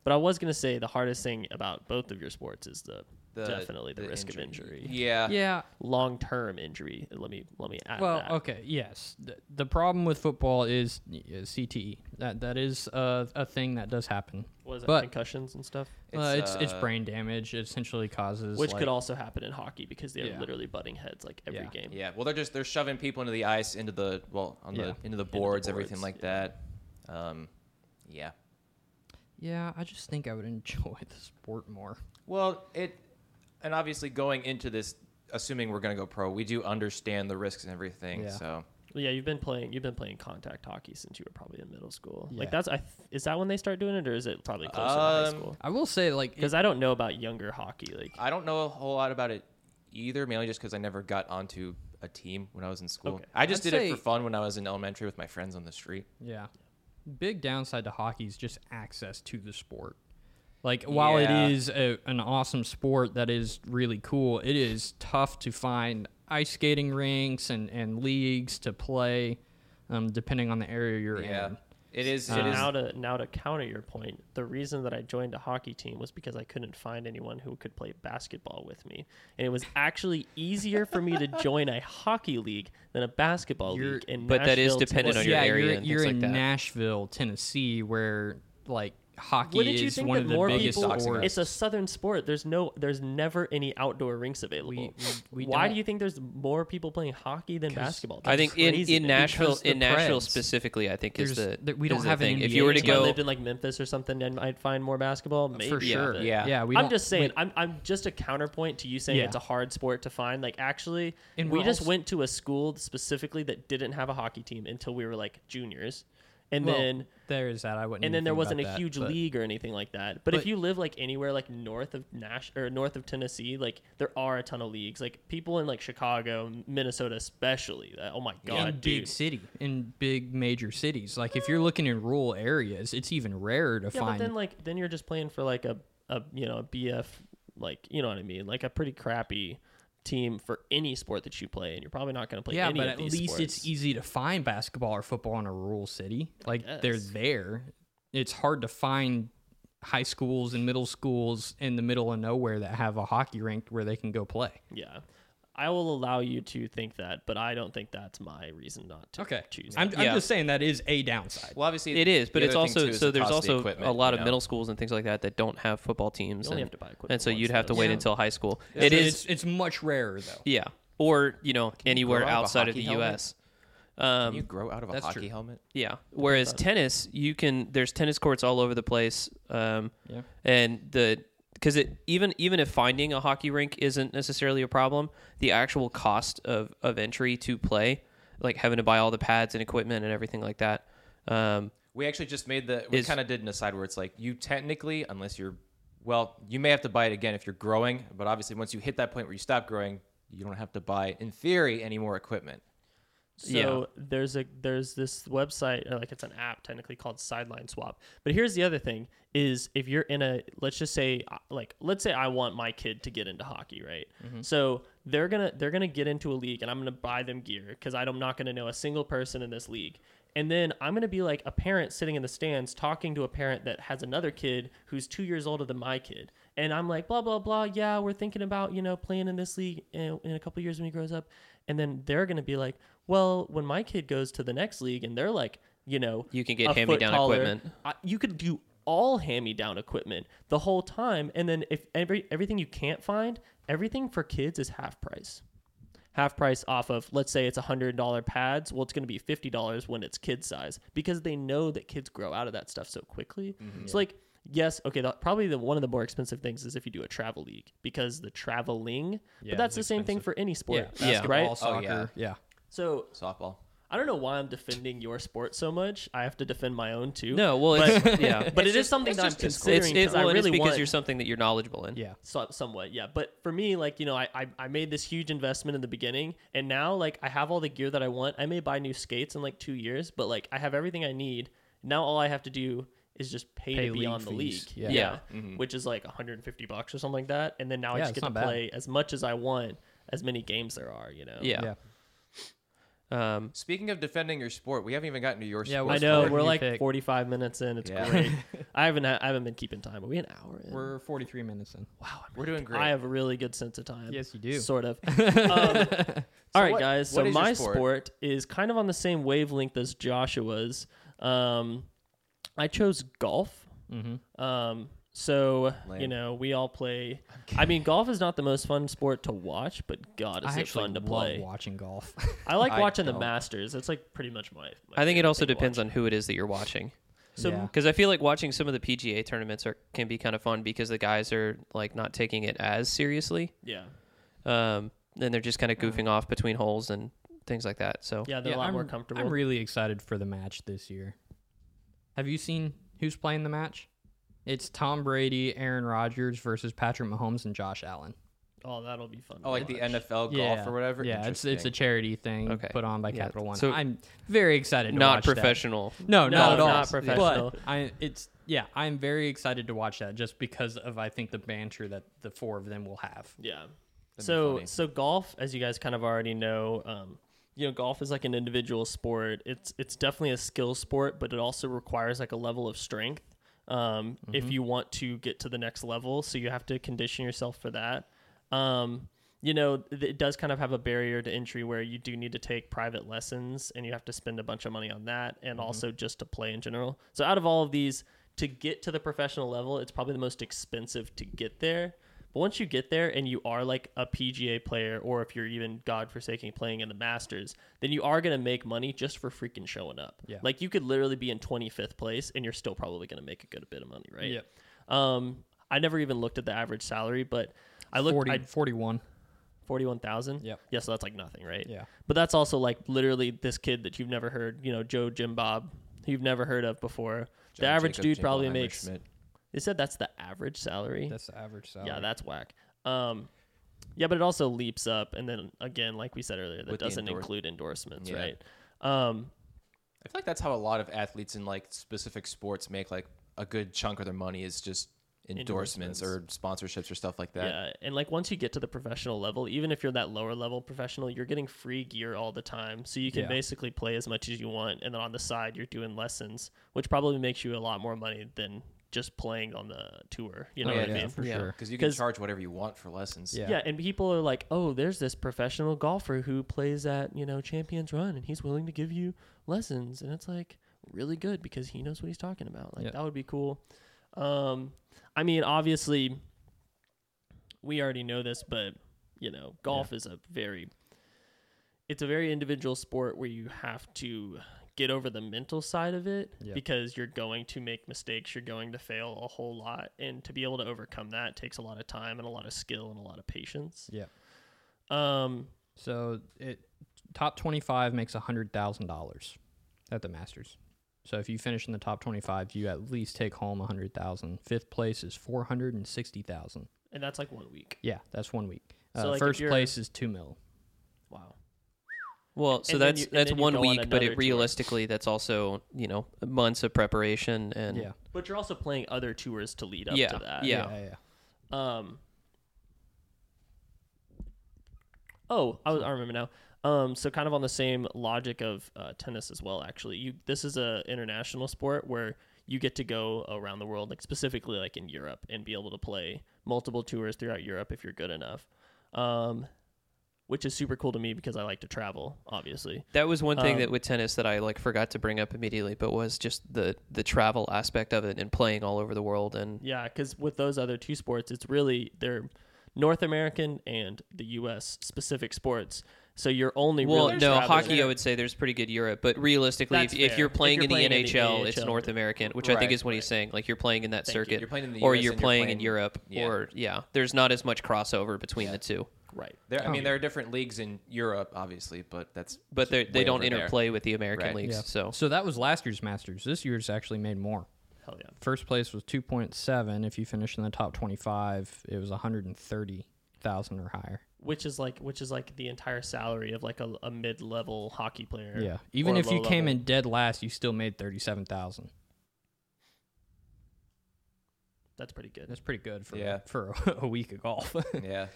Speaker 1: But I was gonna say the hardest thing about both of your sports is the,
Speaker 4: The-
Speaker 1: definitely the,
Speaker 4: the
Speaker 1: risk of
Speaker 4: injury.
Speaker 1: injury,
Speaker 4: yeah,
Speaker 2: Yeah.
Speaker 1: long term injury. Let me let me add
Speaker 2: Well,
Speaker 1: that.
Speaker 2: okay, yes. The, the problem with football is uh, CTE. That that is uh, a thing that does happen.
Speaker 1: What is that,
Speaker 2: but-
Speaker 1: concussions and stuff,
Speaker 2: It's uh, it's, it's
Speaker 4: uh,
Speaker 2: brain damage. It essentially causes
Speaker 1: which
Speaker 2: like,
Speaker 1: could also happen in hockey because they're
Speaker 2: Yeah.
Speaker 1: literally butting heads like every
Speaker 2: Yeah.
Speaker 1: game.
Speaker 4: Yeah, well, they're just they're shoving people into the ice, into the well, on
Speaker 2: Yeah.
Speaker 4: the into the
Speaker 1: the
Speaker 4: boards, everything
Speaker 1: boards,
Speaker 4: like that. Um, yeah.
Speaker 2: Yeah, I just think I would enjoy [laughs] the sport more.
Speaker 4: Well, it, and obviously going into this, assuming we're gonna go pro, we do understand the risks and everything.
Speaker 2: Yeah.
Speaker 4: So
Speaker 1: Well, yeah, you've been playing. You've been playing contact hockey since you were probably in middle school.
Speaker 2: Yeah.
Speaker 1: Like that's I. Th- is that when they start doing it, or is it probably closer to high
Speaker 4: Um,
Speaker 1: school?
Speaker 2: I will say, like, it,
Speaker 1: Because I don't know about younger hockey. Like
Speaker 4: I don't know a whole lot about it either, mainly just because I never got onto a team when I was in school.
Speaker 1: Okay.
Speaker 4: I just
Speaker 2: I'd
Speaker 4: did
Speaker 2: say-
Speaker 4: it for fun when I was in elementary with my friends on the street.
Speaker 2: yeah, big downside to hockey is just access to the sport. Like, while
Speaker 4: Yeah.
Speaker 2: it is a, an awesome sport that is really cool, it is tough to find ice skating rinks and and leagues to play, um, depending on the area you're
Speaker 4: Yeah.
Speaker 2: in.
Speaker 4: It is.
Speaker 1: So
Speaker 4: it is.
Speaker 1: now to now to counter your point, the reason that I joined a hockey team was because I couldn't find anyone who could play basketball with me, and it was actually easier for me to join a hockey league than a basketball
Speaker 2: You're-
Speaker 1: league. In
Speaker 3: but that is
Speaker 1: Nashville,
Speaker 3: dependent on
Speaker 1: Tennessee.
Speaker 3: your
Speaker 2: yeah,
Speaker 3: area
Speaker 2: you're,
Speaker 3: and
Speaker 2: you're
Speaker 3: things
Speaker 2: in
Speaker 3: like that.
Speaker 2: Nashville, Tennessee, where like hockey
Speaker 1: Wouldn't you
Speaker 2: is
Speaker 1: think
Speaker 2: one
Speaker 1: that
Speaker 2: of the
Speaker 1: more
Speaker 2: biggest
Speaker 1: people-
Speaker 4: Boxing.
Speaker 2: sports.
Speaker 1: It's a southern sport. There's no, there's never any outdoor rinks
Speaker 2: We-
Speaker 1: available.
Speaker 2: we- we
Speaker 1: Why
Speaker 2: don't-
Speaker 1: do you think there's more people playing hockey than basketball?
Speaker 3: I
Speaker 1: That's
Speaker 3: think in,
Speaker 1: crazy
Speaker 3: in
Speaker 1: to me.
Speaker 3: Nashville,
Speaker 2: Because the
Speaker 3: in Nashville
Speaker 2: Preds,
Speaker 3: specifically, I think is the
Speaker 2: there's- there- we don't
Speaker 3: is the
Speaker 2: have an
Speaker 3: thing. If
Speaker 2: NBA
Speaker 3: you were to
Speaker 2: team.
Speaker 1: If I
Speaker 3: go,
Speaker 1: lived in like Memphis or something, then I'd find more basketball. Maybe,
Speaker 2: for sure.
Speaker 1: but-
Speaker 4: Yeah.
Speaker 2: yeah. We
Speaker 1: I'm
Speaker 2: don't-
Speaker 1: just saying.
Speaker 2: we-
Speaker 1: I'm, I'm just a counterpoint to you saying
Speaker 2: Yeah.
Speaker 1: it's a hard sport to find. Like actually,
Speaker 2: And
Speaker 1: we
Speaker 2: we're
Speaker 1: just
Speaker 2: also-
Speaker 1: went to a school specifically that didn't have a hockey team until we were like juniors, and
Speaker 2: well,
Speaker 1: then
Speaker 2: there is that. I wouldn't.
Speaker 1: and then
Speaker 2: even
Speaker 1: there
Speaker 2: think
Speaker 1: wasn't a
Speaker 2: about that,
Speaker 1: huge
Speaker 2: but-
Speaker 1: league or anything like that. But, if
Speaker 2: but-
Speaker 1: you live like anywhere like north of Nash or north of Tennessee, like there are a ton of leagues. Like people in like Chicago, Minnesota, especially. uh, oh my god,
Speaker 2: in
Speaker 1: dude.
Speaker 2: big city, in big major cities. Like if you're looking in rural areas, it's even rarer to
Speaker 1: Yeah,
Speaker 2: find.
Speaker 1: but then like then you're just playing for like a, a you know a BF like you know what I mean like a pretty crappy team for any sport that you play and you're probably not going to play
Speaker 2: yeah,
Speaker 1: any
Speaker 2: but
Speaker 1: of
Speaker 2: at
Speaker 1: these
Speaker 2: least
Speaker 1: sports.
Speaker 2: it's easy to find basketball or football in a rural city. Like they're
Speaker 1: guess.
Speaker 2: there. It's hard to find high schools and middle schools in the middle of nowhere that have a hockey rink where they can go play.
Speaker 1: yeah I will allow you to think that but I don't think that's my reason not to choose
Speaker 2: I'm,
Speaker 1: that.
Speaker 2: I'm
Speaker 3: Yeah.
Speaker 2: just saying that is a downside.
Speaker 4: well, obviously
Speaker 3: it is, but
Speaker 4: the
Speaker 3: it's
Speaker 4: other thing,
Speaker 3: also
Speaker 4: too, is
Speaker 3: so
Speaker 4: the
Speaker 3: there's
Speaker 4: cost of the
Speaker 3: also a
Speaker 4: equipment,
Speaker 3: lot
Speaker 4: you
Speaker 3: of
Speaker 4: know?
Speaker 3: middle schools and things like that that don't have football teams,
Speaker 1: You only
Speaker 3: and,
Speaker 1: have to buy equipment
Speaker 3: and so
Speaker 1: once,
Speaker 3: you'd have to
Speaker 1: though.
Speaker 3: wait
Speaker 1: Yeah.
Speaker 3: until high school. It
Speaker 2: So
Speaker 3: is,
Speaker 2: It's, it's much rarer though.
Speaker 3: yeah, or you know anywhere
Speaker 4: grow out of a
Speaker 3: outside of
Speaker 4: hockey
Speaker 3: the
Speaker 4: helmet?
Speaker 3: U.S. Um,
Speaker 4: Can you grow out of a
Speaker 2: that's
Speaker 4: hockey
Speaker 2: true.
Speaker 4: helmet?
Speaker 3: Yeah. Whereas tennis, you can there's tennis courts all over the place. Um,
Speaker 2: Yeah.
Speaker 3: And the because it even even if finding a hockey rink isn't necessarily a problem, the actual cost of of entry to play, like having to buy all the pads and equipment and everything like that. Um,
Speaker 4: We actually just made the. We
Speaker 3: Is-
Speaker 4: kind of did an aside where it's like you technically, unless you're, well, you may have to buy it again if you're growing, but obviously once you hit that point where you stop growing, you don't have to buy, in theory, any more equipment.
Speaker 1: So there's a there's this website or like it's an app technically called Sideline Swap. But here's the other thing is if you're in a let's just say uh, like let's say I want my kid to get into hockey, right? So they're going to they're going to get into a league and I'm going to buy them gear cuz I'm not going to know a single person in this league. And then I'm going to be like a parent sitting in the stands talking to a parent that has another kid who's 2 years older than my kid. And I'm like blah blah blah, yeah, we're thinking about, you know, playing in this league in, in a couple years when he grows up. And then they're going to be like, well, when my kid goes to the next league and they're like, you know,
Speaker 3: You can get
Speaker 1: a foot
Speaker 3: hand-me-down
Speaker 1: taller,
Speaker 3: equipment.
Speaker 1: I, you could do all hand-me-down equipment the whole time, and then if every everything you can't find, everything for kids is half price. Half price off of, let's say it's hundred dollar pads. Well, it's going to be fifty dollars when it's kid size because they know that kids grow out of that stuff so quickly.
Speaker 3: Mm-hmm.
Speaker 1: So like. Yes, okay. The, probably the one of the more expensive things is if you do a travel league because the traveling.
Speaker 2: Yeah,
Speaker 1: but that's the
Speaker 2: it's
Speaker 1: same thing for any sport,
Speaker 3: Yeah. Yeah.
Speaker 1: right? Oh,
Speaker 2: Basketball, soccer.
Speaker 4: yeah.
Speaker 2: Oh, yeah.
Speaker 1: So
Speaker 4: Softball.
Speaker 1: I don't know why I'm defending your sport so much. I have to defend my own too.
Speaker 3: no, well, it's, yeah,
Speaker 1: [laughs] but it is something
Speaker 4: it's
Speaker 1: that I'm
Speaker 4: just discourse.
Speaker 3: it's
Speaker 1: considering
Speaker 3: it,
Speaker 1: because I
Speaker 3: well, and it's
Speaker 1: really
Speaker 3: because
Speaker 1: want
Speaker 3: you're something that you're knowledgeable in.
Speaker 2: Yeah.
Speaker 1: so, somewhat, yeah. But for me, like you know, I, I I made this huge investment in the beginning, and now like I have all the gear that I want. I may buy new skates in like two years, but like I have everything I need. Now all I have to do is just pay,
Speaker 2: Pay
Speaker 1: to be
Speaker 2: league
Speaker 1: on the
Speaker 2: fees.
Speaker 1: league,
Speaker 2: Yeah.
Speaker 3: Yeah. Mm-hmm.
Speaker 1: which is like 150 bucks or something like that, and then now I
Speaker 2: Yeah,
Speaker 1: just
Speaker 2: it's
Speaker 1: get to
Speaker 2: not bad.
Speaker 1: play as much as I want, as many games there are, you know.
Speaker 3: Yeah. Um,
Speaker 4: Speaking of defending your sport, we haven't even gotten to your
Speaker 2: Yeah,
Speaker 4: sport.
Speaker 1: I
Speaker 2: What's
Speaker 1: know
Speaker 2: the
Speaker 1: we're
Speaker 2: you
Speaker 1: like
Speaker 2: pick?
Speaker 1: 45 minutes in. It's
Speaker 3: [laughs]
Speaker 4: Yeah.
Speaker 1: great. I haven't I haven't been keeping time. Are we an hour in?
Speaker 2: We're 43 minutes in.
Speaker 1: wow, I'm
Speaker 4: We're
Speaker 1: really-
Speaker 4: doing great.
Speaker 1: I have a really good sense of time.
Speaker 2: Yes, you do.
Speaker 1: Sort of. Um, all right,
Speaker 4: what-
Speaker 1: guys. So
Speaker 4: what is your
Speaker 1: my
Speaker 4: sport?
Speaker 1: sport? is kind of on the same wavelength as Joshua's. Um, I chose golf. Um, so you
Speaker 4: Lame.
Speaker 1: know we all play. I mean, golf is not the most fun sport to watch, but God, is
Speaker 2: I
Speaker 1: it
Speaker 2: actually
Speaker 1: fun to
Speaker 2: love
Speaker 1: play.
Speaker 2: watching golf.
Speaker 1: I like
Speaker 4: I
Speaker 1: watching the
Speaker 4: don't.
Speaker 1: Masters. It's like pretty much my. my
Speaker 3: I think it
Speaker 1: favorite
Speaker 3: also
Speaker 1: thing to
Speaker 3: depends
Speaker 1: watch.
Speaker 3: on who it is that you're watching.
Speaker 1: So
Speaker 2: Yeah.
Speaker 3: Because I feel like watching some of the PGA tournaments are can be kind of fun because the guys are like not taking it as seriously.
Speaker 1: yeah.
Speaker 3: Um, and they're just kind of goofing off between holes and things like that. So
Speaker 1: Yeah, they're a
Speaker 2: Yeah,
Speaker 1: lot
Speaker 2: I'm,
Speaker 1: more comfortable.
Speaker 2: I'm really excited for the match this year. Have you seen who's playing the match? It's Tom Brady, Aaron Rodgers versus Patrick Mahomes and Josh Allen.
Speaker 1: oh, that'll be fun. to
Speaker 4: Oh, like the
Speaker 1: watch.
Speaker 4: NFL golf or whatever.
Speaker 2: Yeah, it's it's a
Speaker 4: Interesting.
Speaker 2: charity thing
Speaker 3: Okay.
Speaker 2: put on by
Speaker 3: Yeah,
Speaker 2: Capital One.
Speaker 3: so-
Speaker 2: I'm very excited. To
Speaker 3: not
Speaker 2: watch that.
Speaker 3: professional.
Speaker 2: No,
Speaker 1: No,
Speaker 2: not at all.
Speaker 1: not professional.
Speaker 2: But I, it's yeah, I'm very excited to watch that just because of I think the banter that the four of them will have.
Speaker 1: Yeah.
Speaker 4: be
Speaker 1: so
Speaker 4: funny.
Speaker 1: so golf, as you guys kind of already know, um, you know, golf is like an individual sport. It's it's definitely a skill sport, but it also requires like a level of strength um,
Speaker 4: Mm-hmm.
Speaker 1: if you want to get to the next level. So you have to condition yourself for that. Um, you know, th- it does kind of have a barrier to entry where you do need to take private lessons and you have to spend a bunch of money on that and
Speaker 4: Mm-hmm.
Speaker 1: also just to play in general. So out of all of these, to get to the professional level, it's probably the most expensive to get there. But once you get there and you are like a PGA player, or if you're even God forsaking playing in the Masters, then you are going to make money just for freaking showing up.
Speaker 2: Yeah.
Speaker 1: Like you could literally be in 25th place and you're still probably going to make a good bit of money, right?
Speaker 2: Yep.
Speaker 1: Um, I never even looked at the average salary, but I looked
Speaker 2: 40,
Speaker 1: I-
Speaker 2: 41.
Speaker 1: 41,000?
Speaker 2: Yep.
Speaker 1: Yeah, so that's like nothing, right?
Speaker 2: Yeah.
Speaker 1: But that's also like literally this kid that you've never heard, you know, Joe Jim Bob, who you've never heard of before. the average dude probably makes. They said that's the average salary.
Speaker 2: That's the average salary.
Speaker 1: yeah, that's whack. Um, yeah, but it also leaps up, and then again, like we said earlier, that
Speaker 4: With the
Speaker 1: doesn't
Speaker 4: endorse-
Speaker 1: include endorsements,
Speaker 4: Yeah.
Speaker 1: right? Um,
Speaker 4: I feel like that's how a lot of athletes in like specific sports make like a good chunk of their money is just endorsements, or sponsorships or stuff like that.
Speaker 1: Yeah, and like once you get to the professional level, even if you're that lower level professional, you're getting free gear all the time, so you can
Speaker 2: Yeah.
Speaker 1: basically play as much as you want. And then on the side, you're doing lessons, which probably makes you a lot more money than just playing on the tour.
Speaker 4: Oh,
Speaker 1: You know
Speaker 2: yeah,
Speaker 1: what I
Speaker 2: yeah,
Speaker 1: mean?
Speaker 2: for
Speaker 3: Yeah.
Speaker 2: sure.
Speaker 4: Because you can
Speaker 1: 'Cause-
Speaker 4: charge whatever you want for lessons.
Speaker 2: Yeah.
Speaker 1: Yeah, and people are like, "Oh, there's this professional golfer who plays at you know Champions Run, and he's willing to give you lessons," and it's like really good because he knows what he's talking about. Like
Speaker 2: Yeah.
Speaker 1: that would be cool. Um, I mean, obviously, we already know this, but you know, golf is a very it's a very individual sport where you have to get over the mental side of it
Speaker 2: Yeah.
Speaker 1: because you're going to make mistakes, you're going to fail a whole lot, and to be able to overcome that takes a lot of time and a lot of skill and a lot of patience.
Speaker 2: Yeah.
Speaker 1: Um,
Speaker 2: So it top 25 makes $100,000 at the Masters. So if you finish in the top 25, you at least take home 100,000. Fifth place is 460,000.
Speaker 1: and that's like one week.
Speaker 2: Yeah, that's one week.
Speaker 1: So,
Speaker 2: uh,
Speaker 1: like, if
Speaker 2: first
Speaker 1: you're-
Speaker 2: place is 2 mil.
Speaker 1: Wow.
Speaker 3: Well, so
Speaker 1: And then
Speaker 3: that's
Speaker 1: you- and
Speaker 3: that's
Speaker 1: then you
Speaker 3: one
Speaker 1: go on
Speaker 3: week, but
Speaker 1: another
Speaker 3: it
Speaker 1: tour.
Speaker 3: realistically that's also you know months of preparation and
Speaker 2: Yeah.
Speaker 1: But you're also playing other tours to lead up
Speaker 3: Yeah,
Speaker 1: to that.
Speaker 3: yeah.
Speaker 2: Yeah, yeah.
Speaker 1: Um. Oh, I, was, I remember now. Um, so kind of on the same logic of uh, tennis as well. Actually, you this is a international sport where you get to go around the world, like specifically like in Europe, and be able to play multiple tours throughout Europe if you're good enough. Um, which is super cool to me because I like to travel, obviously.
Speaker 3: That was one thing
Speaker 1: Um,
Speaker 3: that with tennis that I like forgot to bring up immediately, but was just the the travel aspect of it and playing all over the world and
Speaker 1: Yeah, because with those other two sports, it's really they're North American and the U.S. specific sports. So you're only
Speaker 3: well,
Speaker 1: really
Speaker 3: no
Speaker 1: traveling-
Speaker 3: hockey. I would say there's pretty good Europe, but realistically, if,
Speaker 1: That's
Speaker 3: if
Speaker 1: fair.
Speaker 3: you're
Speaker 1: If
Speaker 3: playing
Speaker 1: you're
Speaker 3: in
Speaker 1: playing
Speaker 3: the
Speaker 1: in the
Speaker 3: NHL, it's
Speaker 1: NHL.
Speaker 3: North American, which I
Speaker 4: Right,
Speaker 3: think is what he's saying. Like you're playing in that
Speaker 1: Thank you.
Speaker 3: circuit,
Speaker 4: You're playing in the
Speaker 3: or
Speaker 4: US
Speaker 3: you're
Speaker 4: and you're
Speaker 3: playing in
Speaker 4: playing-
Speaker 3: Europe,
Speaker 4: Yeah.
Speaker 3: or yeah, there's not as much crossover between the two,
Speaker 1: right.
Speaker 4: There, I mean, there are different leagues in Europe, obviously, but that's
Speaker 3: but they they
Speaker 4: way
Speaker 3: don't
Speaker 4: over there.
Speaker 3: interplay with the American
Speaker 4: Right.
Speaker 3: leagues.
Speaker 2: Yeah.
Speaker 3: So
Speaker 2: so that was last year's Masters. This year's actually made more.
Speaker 1: Hell yeah.
Speaker 2: First place was 2.7. If you finished in the top 25, it was 130,000 or higher.
Speaker 1: Which is like which is like the entire salary of like a, a mid level hockey player.
Speaker 2: Yeah. Even
Speaker 1: or a
Speaker 2: if you
Speaker 1: low
Speaker 2: came
Speaker 1: level.
Speaker 2: in dead last, you still made 37,000.
Speaker 1: that's pretty good.
Speaker 2: That's pretty good for
Speaker 4: Yeah.
Speaker 2: for [laughs] a week of golf.
Speaker 4: [laughs]
Speaker 2: [laughs]
Speaker 4: Yeah.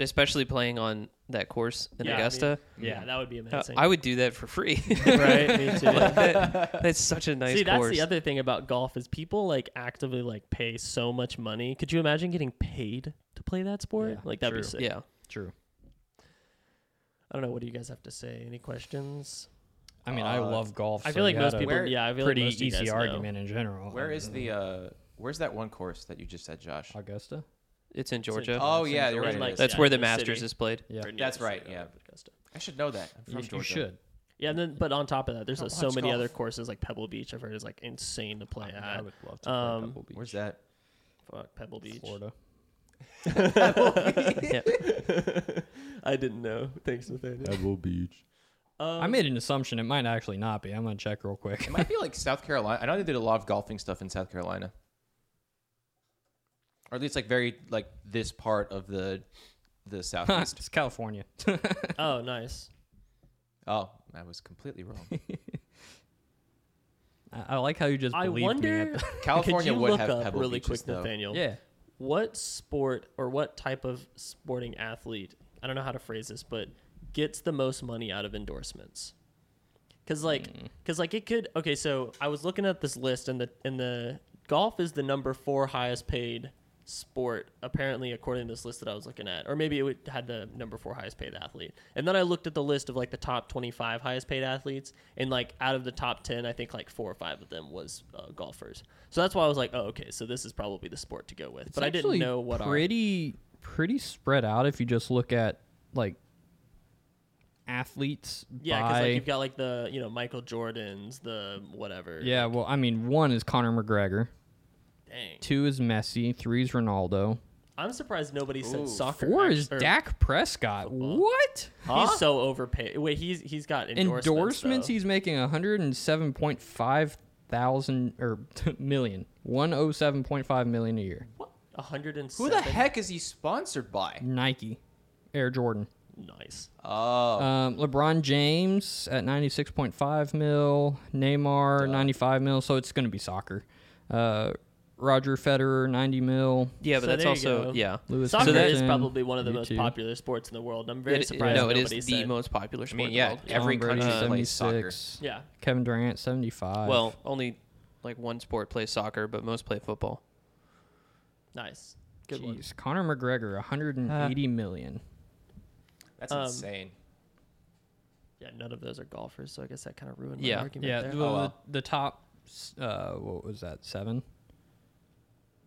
Speaker 3: especially playing on that course in
Speaker 1: Yeah, I mean,
Speaker 3: Augusta,
Speaker 1: Yeah,
Speaker 2: Mm-hmm.
Speaker 1: that would be
Speaker 3: uh,
Speaker 1: amazing.
Speaker 3: I would [laughs] do that for free.
Speaker 1: [laughs] right,
Speaker 3: [laughs]
Speaker 1: me too.
Speaker 3: That- that's such a nice
Speaker 1: See, that's
Speaker 3: course.
Speaker 1: the other thing about golf is people like actively like pay so much money. Could you imagine getting paid to play that sport?
Speaker 2: Yeah,
Speaker 1: like that'd be
Speaker 2: true.
Speaker 1: sick.
Speaker 3: yeah.
Speaker 2: True.
Speaker 1: I don't know. What do you guys have to say? Any questions?
Speaker 2: I mean, I
Speaker 4: Uh,
Speaker 2: love golf.
Speaker 1: I
Speaker 2: so
Speaker 1: feel like
Speaker 2: you
Speaker 1: most
Speaker 2: had a
Speaker 1: people.
Speaker 4: Where-
Speaker 1: yeah, I feel
Speaker 2: pretty
Speaker 1: like most of you
Speaker 2: easy
Speaker 1: guys know.
Speaker 2: argument in general.
Speaker 4: Where
Speaker 2: I
Speaker 4: is
Speaker 2: don't
Speaker 4: the
Speaker 2: know.
Speaker 4: uh where's that one course that you just said, Josh?
Speaker 2: Augusta?
Speaker 3: It's in
Speaker 1: in
Speaker 3: Georgia.
Speaker 1: Georgia.
Speaker 4: Oh yeah, you're
Speaker 1: It's
Speaker 4: right.
Speaker 1: in,
Speaker 4: it
Speaker 1: like,
Speaker 4: is.
Speaker 3: That's
Speaker 1: Yeah,
Speaker 3: where the
Speaker 1: in the city.
Speaker 3: Mastagers is played.
Speaker 2: Yeah.
Speaker 1: Or near
Speaker 4: That's
Speaker 1: the
Speaker 4: right,
Speaker 1: city,
Speaker 4: yeah.
Speaker 1: Augusta.
Speaker 4: I should know that. I'm from
Speaker 2: You, you
Speaker 4: Georgia.
Speaker 2: should.
Speaker 1: Yeah, and then but on top of that, there's
Speaker 4: Don't
Speaker 1: uh, so
Speaker 4: watch
Speaker 1: many
Speaker 4: golf.
Speaker 1: other courses like Pebble Beach. I've heard is like insane to play at.
Speaker 2: would love
Speaker 1: to play Um, Pebble
Speaker 4: Where's that?
Speaker 1: Fuck Pebble Beach. [laughs]
Speaker 2: Florida.
Speaker 1: I didn't know. Thanks, Nathaniel.
Speaker 4: Pebble Beach.
Speaker 1: Um,
Speaker 2: I made an assumption. It might actually not be. I'm going to check real quick. [laughs]
Speaker 4: It might be like South Carolina. I know they did a lot of golfing stuff in South Carolina, or at least like very like this part of the the
Speaker 1: [laughs]
Speaker 4: southeast.
Speaker 2: it's California. [laughs]
Speaker 1: oh, nice.
Speaker 4: oh, I was
Speaker 1: [laughs]
Speaker 4: completely wrong.
Speaker 2: I, I like how you just
Speaker 1: I
Speaker 2: believed me. At
Speaker 1: wonder. [laughs]
Speaker 2: the,
Speaker 4: California
Speaker 1: could you
Speaker 4: would
Speaker 1: look
Speaker 4: have
Speaker 1: up
Speaker 4: Pebble
Speaker 1: really quick,
Speaker 4: Beaches, though.
Speaker 1: Nathaniel?
Speaker 2: yeah.
Speaker 1: What sport or what type of sporting athlete? I don't know how to phrase this, but gets the most money out of endorsements? Cause like,
Speaker 2: Hmm.
Speaker 1: cause like it could. Okay, so I was looking at this list, and the and the golf is the number four highest paid sport apparently according to this list that I was looking at, or maybe it would, had the number four highest paid athlete. And then I looked at the list of like the top twenty five highest paid athletes, and like out of the top ten, I think like four or five of them was uh, golfers. So that's why I was like, oh, okay, so this is probably the sport to go with. but I didn't know what our
Speaker 2: pretty pretty spread out if you just look at like athletes
Speaker 1: Yeah,
Speaker 2: by
Speaker 1: because like you've got like the you know Michael Jordans, the whatever.
Speaker 2: yeah well i mean one is conor mcgregor
Speaker 1: Dang.
Speaker 2: two is messi three is ronaldo
Speaker 1: I'm surprised nobody said soccer.
Speaker 2: four
Speaker 1: act-
Speaker 2: is
Speaker 1: or-
Speaker 2: dak prescott what
Speaker 1: He's so overpaid. Wait, he's he's got endorsements.
Speaker 2: endorsements
Speaker 1: though.
Speaker 2: he's making 107.5 thousand or [laughs] million 107.5 million a year
Speaker 1: What? 107.
Speaker 4: Who the heck is he sponsored by?
Speaker 2: nike air jordan
Speaker 1: Nice. Uh,
Speaker 4: Oh,
Speaker 2: Um, LeBron James at 96.5 mil, Neymar 95 mil, so it's going to be soccer. Uh, Roger Federer 90 mil.
Speaker 3: Yeah, but
Speaker 1: So
Speaker 3: that's
Speaker 1: there you
Speaker 3: also
Speaker 1: go.
Speaker 3: yeah.
Speaker 2: Lewis
Speaker 1: Soccer
Speaker 2: Hamilton,
Speaker 1: is probably one of the most
Speaker 2: YouTube.
Speaker 1: popular sports in the world. I'm very
Speaker 3: It-
Speaker 1: surprised
Speaker 3: no, it
Speaker 1: nobody
Speaker 3: is the
Speaker 1: said.
Speaker 3: most popular
Speaker 4: I
Speaker 3: sport.
Speaker 4: mean,
Speaker 3: in the
Speaker 4: yeah,
Speaker 3: world.
Speaker 2: Tom
Speaker 4: every
Speaker 2: Brady
Speaker 4: country plays
Speaker 2: 76,
Speaker 4: soccer.
Speaker 1: Yeah.
Speaker 2: Kevin Durant 75.
Speaker 3: Well, only like one sport plays soccer, but most play football.
Speaker 1: Nice. Good one. Uh,
Speaker 2: Jeez, Conor McGregor 180 million.
Speaker 4: That's
Speaker 1: Um,
Speaker 4: insane.
Speaker 1: Yeah. None of those are golfers, so I guess that kind of ruined
Speaker 3: Yeah.
Speaker 1: my argument
Speaker 2: Yeah,
Speaker 1: there.
Speaker 2: well,
Speaker 4: Oh, well.
Speaker 2: the, the top uh, what was that? 7.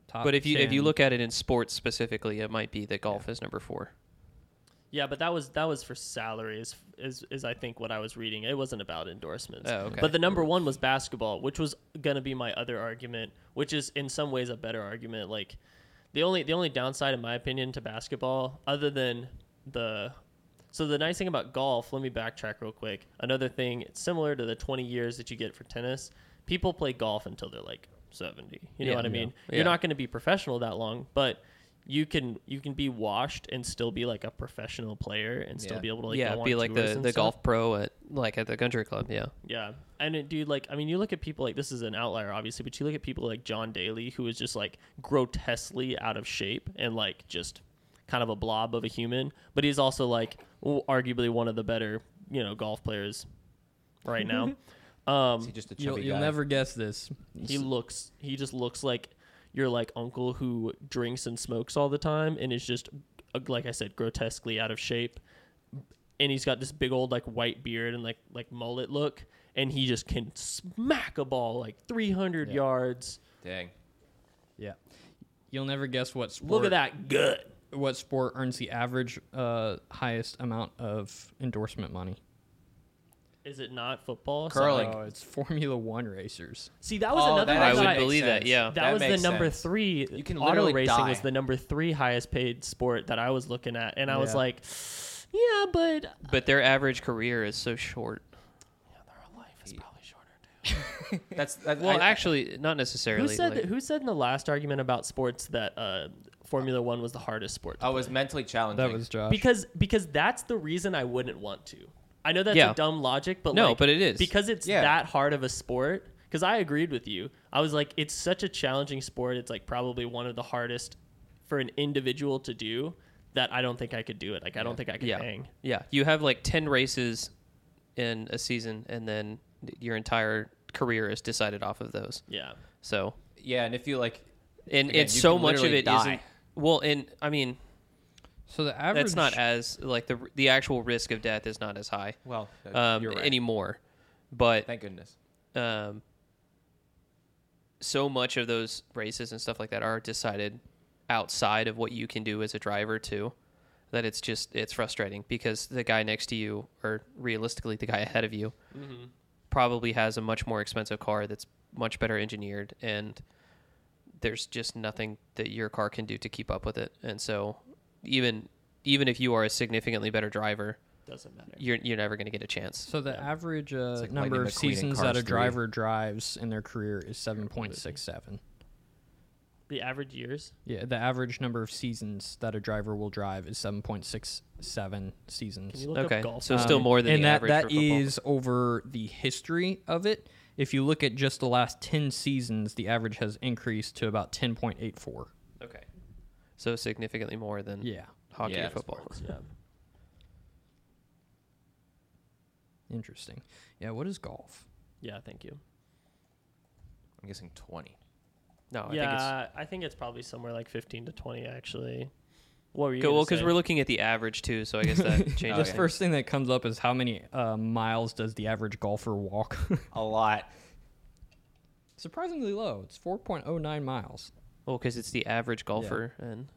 Speaker 2: Top
Speaker 3: But if you if you
Speaker 2: 10.
Speaker 3: look at it in sports specifically, it might be that golf is number four.
Speaker 1: Yeah, but that was that was for salaries is is I think what I was reading. It wasn't about endorsements.
Speaker 3: Oh, okay.
Speaker 1: But the number one was basketball, which was gonna be my other argument, which is in some ways a better argument. Like the only the only downside in my opinion to basketball, other than the so the nice thing about golf, let me backtrack real quick. Another thing it's similar to the twenty years that you get for tennis, people play golf until they're like seventy. You know
Speaker 3: Yeah.
Speaker 1: what I
Speaker 3: Yeah.
Speaker 1: mean?
Speaker 3: Yeah.
Speaker 1: You're not going to be professional that long, but you can you can be washed and still be like a professional player and still
Speaker 4: Yeah.
Speaker 1: be able to like
Speaker 3: yeah,
Speaker 1: go
Speaker 3: be
Speaker 1: on
Speaker 3: like
Speaker 1: tours
Speaker 3: the
Speaker 1: and
Speaker 3: the
Speaker 1: stuff.
Speaker 3: golf pro at like at the country club. Yeah,
Speaker 1: Yeah, and it, dude, like I mean, you look at people like this is an outlier, obviously, but you look at people like John Daly, who is just like grotesquely out of shape and like just kind of a blob of a human, but he's also like w- arguably one of the better you know golf players right
Speaker 3: [laughs]
Speaker 1: now. um,
Speaker 4: Is he just a chubby
Speaker 2: you'll, you'll
Speaker 4: guy?
Speaker 2: never guess this.
Speaker 1: He looks. He just looks like your like uncle who drinks and smokes all the time and is just uh, like I said, grotesquely out of shape. And he's got this big old like white beard and like like mullet look, and he just can smack a ball like three hundred
Speaker 2: Yeah.
Speaker 1: yards.
Speaker 4: Dang.
Speaker 2: Yeah. You'll never guess what sport
Speaker 1: Look at that good.
Speaker 2: what sport earns the average uh, highest amount of endorsement money?
Speaker 1: Is it not football? So-
Speaker 4: Curling.
Speaker 2: Oh, it's Formula One racers.
Speaker 1: See, that was
Speaker 4: Oh,
Speaker 1: another.
Speaker 4: that
Speaker 1: one
Speaker 3: I would
Speaker 1: that
Speaker 4: makes
Speaker 3: believe that,
Speaker 4: sense.
Speaker 3: yeah.
Speaker 1: that, was the
Speaker 4: makes
Speaker 1: number
Speaker 4: sense.
Speaker 1: three.
Speaker 4: You can
Speaker 1: auto
Speaker 4: literally
Speaker 1: racing
Speaker 4: die.
Speaker 1: was the number three highest paid sport that I was looking at, and I was
Speaker 2: Yeah.
Speaker 1: like, yeah, but
Speaker 3: but their average career is so short.
Speaker 1: Our life is probably shorter.
Speaker 4: That's that,
Speaker 3: Well,
Speaker 4: I-
Speaker 3: actually, not necessarily.
Speaker 1: Who said
Speaker 3: like-
Speaker 1: that, who said in the last argument about sports that uh, Formula One was the hardest sport? to
Speaker 4: I was mentally challenging.
Speaker 2: That was
Speaker 3: Oh
Speaker 2: Josh.
Speaker 1: because because that's the reason I wouldn't want to. I know that's
Speaker 3: Yeah.
Speaker 1: a dumb logic, but
Speaker 3: No,
Speaker 1: like,
Speaker 3: but it is.
Speaker 1: because it's
Speaker 4: Yeah.
Speaker 1: that hard of a sport. Because I agreed with you. I was like, it's such a challenging sport. It's like probably one of the hardest for an individual to do. That I don't think I could do it. Like I don't think I could
Speaker 3: yeah,
Speaker 1: hang.
Speaker 3: yeah, you have like ten races in a season, and then your entire career is decided off of those.
Speaker 1: Yeah.
Speaker 3: So
Speaker 4: yeah, and if you like,
Speaker 3: and
Speaker 4: Again,
Speaker 3: it's
Speaker 4: you
Speaker 3: so
Speaker 4: can
Speaker 3: much of
Speaker 4: literally
Speaker 3: it
Speaker 4: die.
Speaker 3: not well and i mean
Speaker 2: so the average
Speaker 3: that's not as like the the actual risk of death is not as high
Speaker 4: well, uh,
Speaker 3: um,
Speaker 4: you're right.
Speaker 3: anymore but
Speaker 4: Thank goodness.
Speaker 3: um, so much of those races and stuff like that are decided outside of what you can do as a driver too that it's just it's frustrating because the guy next to you or realistically the guy ahead of you
Speaker 4: Mm-hmm.
Speaker 3: probably has a much more expensive car that's much better engineered and there's just nothing that your car can do to keep up with it and so even even if you are a significantly better driver
Speaker 1: Doesn't matter.
Speaker 3: you're you're never going to get a chance
Speaker 2: So the average uh,
Speaker 4: like
Speaker 2: number
Speaker 4: Lightning
Speaker 2: of
Speaker 4: McQueen in
Speaker 2: seasons
Speaker 4: Cars
Speaker 2: that a
Speaker 4: 3.
Speaker 2: driver drives in their career is 7.67.
Speaker 1: The average years.
Speaker 2: Yeah, the average number of seasons that a driver will drive is 7.67
Speaker 1: Can
Speaker 2: seasons.
Speaker 1: you look
Speaker 3: okay
Speaker 1: up golf?
Speaker 3: so still
Speaker 2: Um,
Speaker 3: more than
Speaker 2: and
Speaker 3: the
Speaker 2: that,
Speaker 3: average
Speaker 2: that
Speaker 3: for football.
Speaker 2: is over the history of it. If you look at just the last 10 seasons, the average has increased to about 10.84.
Speaker 3: Okay. So significantly more than
Speaker 2: Yeah.
Speaker 3: hockey
Speaker 4: Yeah.
Speaker 3: or football.
Speaker 1: Yeah.
Speaker 2: Interesting. Yeah, what is golf?
Speaker 1: Yeah, thank you.
Speaker 4: I'm guessing 20.
Speaker 3: No, I think it's
Speaker 1: yeah, I think it's probably somewhere like 15 to 20 actually. What were you?
Speaker 3: Cool.
Speaker 1: gonna
Speaker 3: Well, because
Speaker 1: say?
Speaker 3: we're looking at the average too, so I
Speaker 1: [laughs]
Speaker 3: guess that
Speaker 2: The
Speaker 3: changes.
Speaker 4: yeah.
Speaker 2: first thing that comes up is how many uh, miles does the average golfer walk? [laughs]
Speaker 4: A lot.
Speaker 2: Surprisingly low. It's 4.09 miles.
Speaker 3: Well, because it's the average golfer, and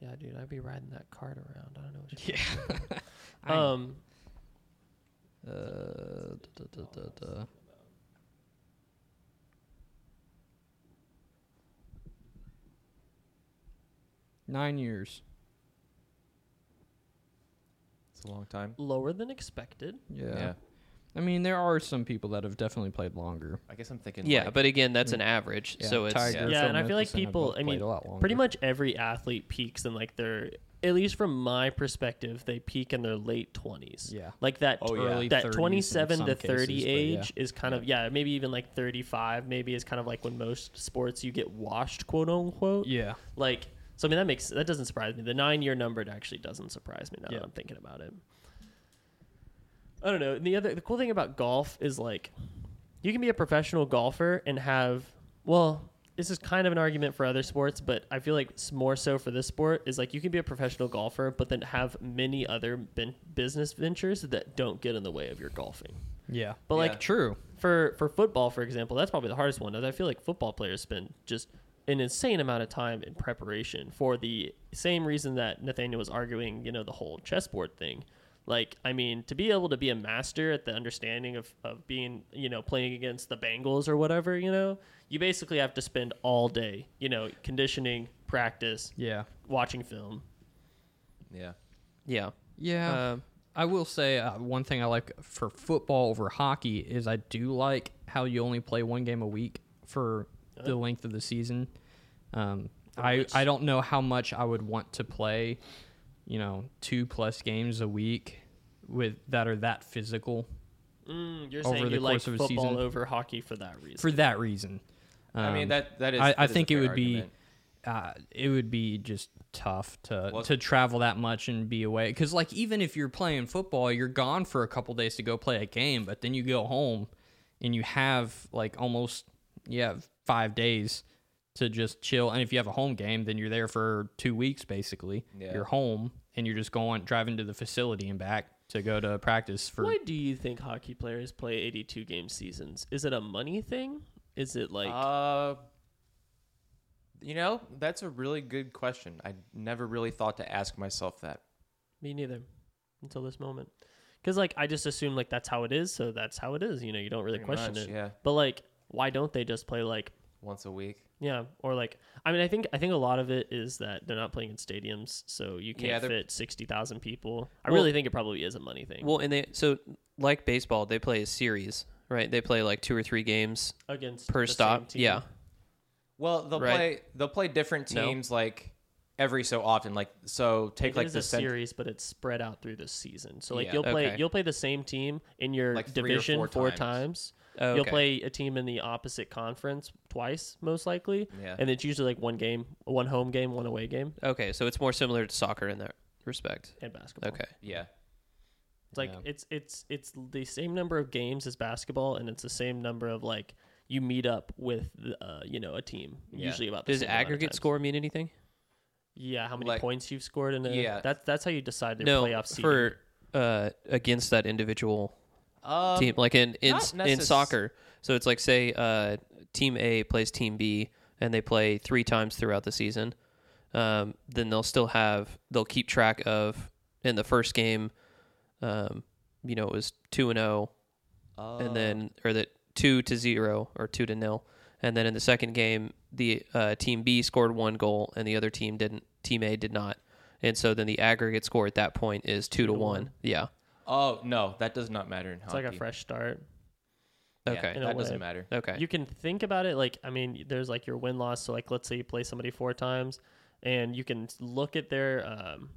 Speaker 3: yeah, dude, I'd be riding that cart around. I don't know. What
Speaker 2: Yeah.
Speaker 3: Oh,
Speaker 2: I-
Speaker 1: um
Speaker 2: uh, da, da, da, da. Nine years.
Speaker 4: It's a long time.
Speaker 1: lower than expected.
Speaker 2: Yeah.
Speaker 4: Yeah.
Speaker 2: I mean, there are some people that have definitely played longer.
Speaker 4: I guess I'm thinking.
Speaker 3: yeah,
Speaker 4: like,
Speaker 3: but again, that's an average,
Speaker 2: Yeah,
Speaker 3: so it's
Speaker 2: Tiger,
Speaker 1: yeah,
Speaker 2: Phil
Speaker 1: and I feel like
Speaker 2: Mickelson have
Speaker 1: people.
Speaker 2: both
Speaker 1: I
Speaker 2: played
Speaker 1: mean,
Speaker 2: a lot
Speaker 1: pretty
Speaker 2: longer.
Speaker 1: much every athlete peaks in like their. At least from my perspective, they peak in their late twenties.
Speaker 2: Yeah.
Speaker 1: like that
Speaker 2: Oh, yeah. Early
Speaker 1: early
Speaker 2: 30s in
Speaker 1: that twenty-seven
Speaker 2: some
Speaker 1: to
Speaker 2: cases,
Speaker 1: thirty
Speaker 2: but yeah.
Speaker 1: age is kind of yeah, maybe even like thirty-five. Maybe is kind of like when most sports you get washed, quote unquote.
Speaker 2: Yeah.
Speaker 1: Like, so I mean that makes that doesn't surprise me. The nine-year number actually doesn't surprise me now
Speaker 2: Yeah.
Speaker 1: that I'm thinking about it. I don't know. And the other the cool thing about golf is like you can be a professional golfer and have well this is kind of an argument for other sports but i feel like it's more so for this sport is like you can be a professional golfer but then have many other ben- business ventures that don't get in the way of your golfing
Speaker 2: Yeah.
Speaker 1: but
Speaker 4: Yeah.
Speaker 1: like
Speaker 2: True.
Speaker 1: for for football for example that's probably the hardest one as i feel like football players spend just an insane amount of time in preparation for the same reason that nathaniel was arguing you know the whole chessboard thing like i mean to be able to be a master at the understanding of, of being you know playing against the bengals or whatever you know you basically have to spend all day you know conditioning practice
Speaker 2: Yeah.
Speaker 1: watching film
Speaker 4: Yeah.
Speaker 3: yeah,
Speaker 2: Yeah.
Speaker 3: Um,
Speaker 2: I will say uh, one thing I like for football over hockey is I do like how you only play one game a week for the length of the season. Um, I I don't know how much I would want to play, you know, two plus games a week with that are that physical
Speaker 1: mm, you're
Speaker 2: Over
Speaker 1: saying
Speaker 2: the
Speaker 1: you like
Speaker 2: course of a
Speaker 1: football
Speaker 2: season.
Speaker 1: over hockey for that reason
Speaker 2: for that reason.
Speaker 4: I mean,
Speaker 2: Um,
Speaker 4: that, that is.
Speaker 2: I,
Speaker 4: that
Speaker 2: I
Speaker 4: is a
Speaker 2: think it
Speaker 4: fair
Speaker 2: would
Speaker 4: argument.
Speaker 2: be, uh, it would be just tough to
Speaker 4: Well-
Speaker 2: to travel that much and be away. Because like even if you're playing football, you're gone for a couple days to go play a game, but then you go home and you have like almost yeah five days to just chill. And if you have a home game, then you're there for two weeks basically.
Speaker 4: Yeah.
Speaker 2: You're home and you're just going driving to the facility and back to go to practice for.
Speaker 1: Why do you think hockey players play 82 game seasons? Is it a money thing? Is it like
Speaker 4: Uh, you know, that's a really good question. I never really thought to ask myself that.
Speaker 1: me neither until this moment? Because like I just assume like that's how it is, so that's how it is. You know, you don't really
Speaker 4: Pretty
Speaker 1: question
Speaker 4: much,
Speaker 1: it.
Speaker 4: Yeah.
Speaker 1: But like, why don't they just play like
Speaker 4: Once a week.
Speaker 1: yeah or like? I mean, I think I think a lot of it is that they're not playing in stadiums, so you
Speaker 4: Yeah,
Speaker 1: can't
Speaker 4: they're-
Speaker 1: fit 60,000 people. I
Speaker 3: Well-
Speaker 1: really think it probably is a money thing.
Speaker 3: well, and they so like baseball, they play a series, right? They play like two or three games
Speaker 1: against
Speaker 3: per
Speaker 1: the same
Speaker 3: stop.
Speaker 1: team.
Speaker 3: Yeah,
Speaker 4: Well, they'll
Speaker 3: Right.
Speaker 4: play. They'll play different
Speaker 3: No.
Speaker 4: teams like every so often. Like so, take
Speaker 1: It
Speaker 4: like
Speaker 1: is
Speaker 4: the
Speaker 1: a
Speaker 4: cent-
Speaker 1: series, but it's spread out through the season. So like
Speaker 4: Yeah.
Speaker 1: you'll play
Speaker 3: Okay.
Speaker 1: you'll play the same team in your
Speaker 4: Like three or
Speaker 1: division
Speaker 4: four
Speaker 1: four,
Speaker 4: times.
Speaker 1: times.
Speaker 3: Oh,
Speaker 1: You'll
Speaker 3: okay.
Speaker 1: play a team in the opposite conference twice, most likely.
Speaker 4: Yeah.
Speaker 1: And it's usually like one game, one home game, one away game,
Speaker 3: Okay, so it's more similar to soccer in that respect.
Speaker 1: and basketball.
Speaker 3: Okay,
Speaker 4: Yeah.
Speaker 1: It's like
Speaker 2: Yeah.
Speaker 1: it's it's it's the same number of games as basketball, and it's the same number of like you meet up with the, uh, you know a team.
Speaker 4: Yeah.
Speaker 1: Usually about the
Speaker 3: does
Speaker 1: same amount of
Speaker 3: aggregate
Speaker 1: times.
Speaker 3: score mean anything?
Speaker 1: Yeah, how many
Speaker 4: Like-
Speaker 1: points you've scored in a
Speaker 4: Yeah.
Speaker 1: That's that's how you decide your
Speaker 3: no,
Speaker 1: playoff seeding.
Speaker 3: for uh, against that individual
Speaker 4: Um,
Speaker 3: team, like in in,
Speaker 4: not
Speaker 3: s- in
Speaker 4: necess-
Speaker 3: soccer. So it's like say uh, team A plays team B, and they play three times throughout the season. Um, then they'll still have they'll keep track of in the first game. Um, you know, it was two and zero,
Speaker 4: uh,
Speaker 3: and then or that two to zero or two to nil, and then in the second game, the uh, team B scored one goal and the other team didn't. Team A did not, and so then the aggregate score at that point is two, to,
Speaker 1: to
Speaker 3: one.
Speaker 1: one.
Speaker 3: Yeah.
Speaker 4: Oh no, that does not matter in
Speaker 1: It's
Speaker 4: hockey.
Speaker 1: like a fresh start.
Speaker 4: Yeah,
Speaker 3: Okay.
Speaker 1: In a
Speaker 4: that doesn't
Speaker 1: way.
Speaker 4: matter.
Speaker 3: Okay.
Speaker 1: You can think about it like I mean, there's like your win loss. So like, let's say you play somebody four times, and you can look at their um,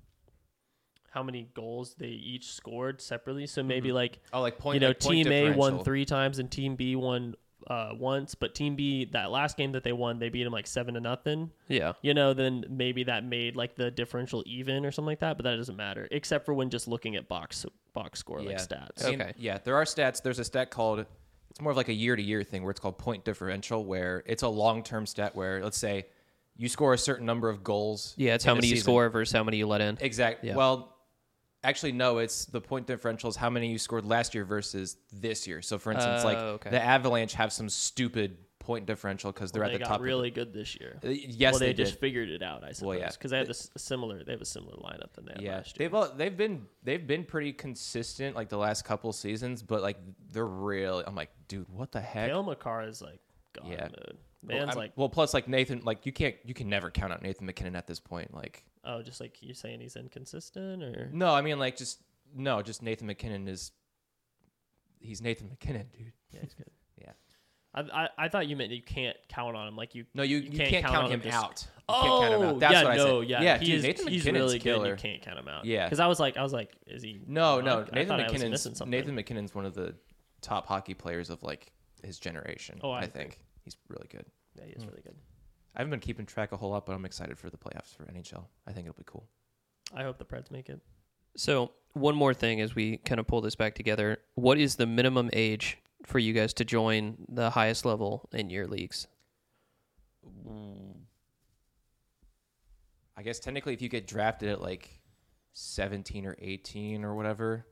Speaker 1: how many goals they each scored separately. So maybe like
Speaker 4: Oh, like point.
Speaker 1: you know,
Speaker 4: like point
Speaker 1: team A won
Speaker 4: differential.
Speaker 1: three times and team B won uh, once, but Team B that last game that they won, they beat them like seven to nothing.
Speaker 3: Yeah.
Speaker 1: You know, then maybe that made like the differential even or something like that, but that doesn't matter except for when just looking at box box score like stats.
Speaker 4: I mean,
Speaker 3: Okay.
Speaker 4: Yeah, there are stats. There's a stat called it's more of like a year to year thing where it's called point differential, where it's a long term stat where let's say you score a certain number of goals.
Speaker 3: Yeah, it's
Speaker 4: in
Speaker 3: how
Speaker 4: a
Speaker 3: many you
Speaker 4: season.
Speaker 3: score versus how many you let in.
Speaker 4: Exactly.
Speaker 3: Yeah.
Speaker 4: Well, actually, no. It's the point differential is how many you scored last year versus this year. So, for instance, like
Speaker 3: Oh, okay.
Speaker 4: the Avalanche have some stupid point differential because they're
Speaker 1: They
Speaker 4: at the
Speaker 1: got
Speaker 4: top. of the-
Speaker 1: really good this year.
Speaker 4: Uh, yes,
Speaker 1: well, they,
Speaker 4: they
Speaker 1: just
Speaker 4: did.
Speaker 1: figured it out, I suppose,
Speaker 4: Well, yeah.
Speaker 1: because they had this similar. They have a similar lineup than they had
Speaker 4: yeah,
Speaker 1: last year.
Speaker 4: they've all, they've been they've been pretty consistent like the last couple seasons, but like they're really. I'm like, dude, what the heck?
Speaker 1: Kale McCarr is like god
Speaker 4: Yeah.
Speaker 1: mode.
Speaker 4: Well,
Speaker 1: Man's
Speaker 4: I'm-
Speaker 1: like
Speaker 4: well, plus like Nathan, like you can't, you can never count out Nathan McKinnon at this point. Like,
Speaker 1: oh, just like you saying he's inconsistent or
Speaker 4: no, I mean like just no, just Nathan McKinnon is, he's Nathan McKinnon, dude.
Speaker 1: yeah, he's good.
Speaker 4: Yeah.
Speaker 1: I, I, I thought you meant you can't count on him. Like you
Speaker 4: No, you, you, can't, count,
Speaker 1: on
Speaker 4: him
Speaker 1: just-
Speaker 4: out. You
Speaker 1: Oh,
Speaker 4: can't count him out. That's
Speaker 1: yeah,
Speaker 4: what I
Speaker 1: no,
Speaker 4: said.
Speaker 1: yeah,
Speaker 4: yeah,
Speaker 1: he
Speaker 4: dude,
Speaker 1: is,
Speaker 4: Nathan
Speaker 1: he's
Speaker 4: McKinnon's
Speaker 1: really good.
Speaker 4: killer.
Speaker 1: And you can't count him out.
Speaker 4: Yeah.
Speaker 1: because I was like, I was like, is he?
Speaker 4: No, no,
Speaker 1: not? I
Speaker 4: Nathan
Speaker 1: thought I was missing
Speaker 4: McKinnon's
Speaker 1: something.
Speaker 4: Nathan McKinnon's one of the top hockey players of like his generation.
Speaker 1: Oh, I
Speaker 4: I
Speaker 1: think.
Speaker 4: think he's really good.
Speaker 1: yeah, he is
Speaker 4: Hmm.
Speaker 1: really good.
Speaker 4: I haven't been keeping track a whole lot, but I'm excited for the playoffs for NHL. I think it'll be cool.
Speaker 1: I hope the Preds make it.
Speaker 3: So one more thing as we kind of pull this back together, what is the minimum age for you guys to join the highest level in your leagues?
Speaker 4: I guess technically, if you get drafted at like 17 or 18 or whatever.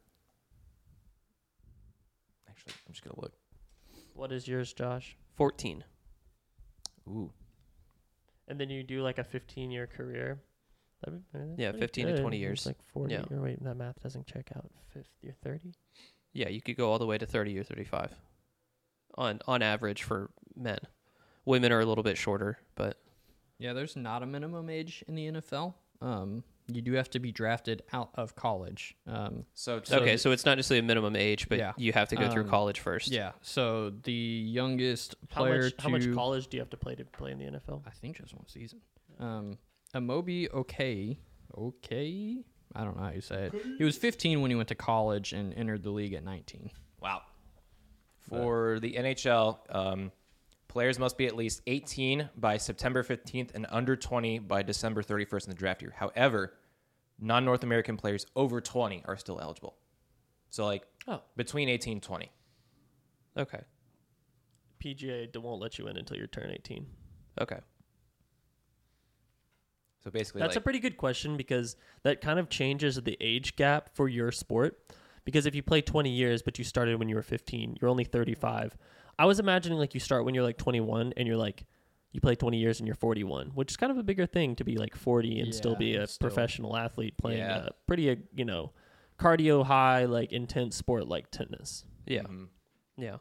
Speaker 4: Actually, I'm just gonna look.
Speaker 1: What is yours, Josh?
Speaker 3: Fourteen.
Speaker 4: Ooh,
Speaker 1: And then you do like a 15 year career. That'd be- that's
Speaker 3: Yeah,
Speaker 1: pretty
Speaker 3: 15 to 20
Speaker 1: It's
Speaker 3: years.
Speaker 1: like 40.
Speaker 3: Yeah.
Speaker 1: Or wait, that math doesn't check out. Fifth, you're 30.
Speaker 3: Yeah, you could go all the way to thirty or thirty-five, on on average for men. Women are a little bit shorter, but
Speaker 2: Yeah, there's not a minimum age in the NFL. Um, you do have to be drafted out of college. Um,
Speaker 4: so
Speaker 3: okay, so it's not necessarily a minimum age, but
Speaker 2: Yeah.
Speaker 3: you have to go through
Speaker 2: Um,
Speaker 3: college first.
Speaker 2: yeah, so the youngest
Speaker 1: How
Speaker 2: player
Speaker 1: much,
Speaker 2: to
Speaker 1: how much college do you have to play to play in the NFL?
Speaker 2: I think just one season. Um, Amobi okay, okay. I don't know how you say it. He was 15 when he went to college and entered the league at 19.
Speaker 4: wow. For the NHL, um, players must be at least 18 by September 15th and under 20 by December 31st in the draft year. However, non-North American players over 20 are still eligible. So like
Speaker 1: Oh.
Speaker 4: between 18 and 20.
Speaker 3: Okay.
Speaker 1: PGA d- won't let you in until you turn 18.
Speaker 3: Okay.
Speaker 4: So basically,
Speaker 1: That's
Speaker 4: like,
Speaker 1: a pretty good question because that kind of changes the age gap for your sport. Because if you play 20 years, but you started when you were 15, you're only 35. I was imagining like you start when you're like 21 and you're like, you play 20 years and you're 41, which is kind of a bigger thing to be like 40 and still
Speaker 2: Yeah,
Speaker 1: be a
Speaker 2: still.
Speaker 1: professional athlete playing
Speaker 4: Yeah.
Speaker 1: a pretty, uh, you know, cardio high, like intense sport like tennis.
Speaker 3: Yeah.
Speaker 4: Mhm.
Speaker 2: Mm-hmm.
Speaker 3: Yeah.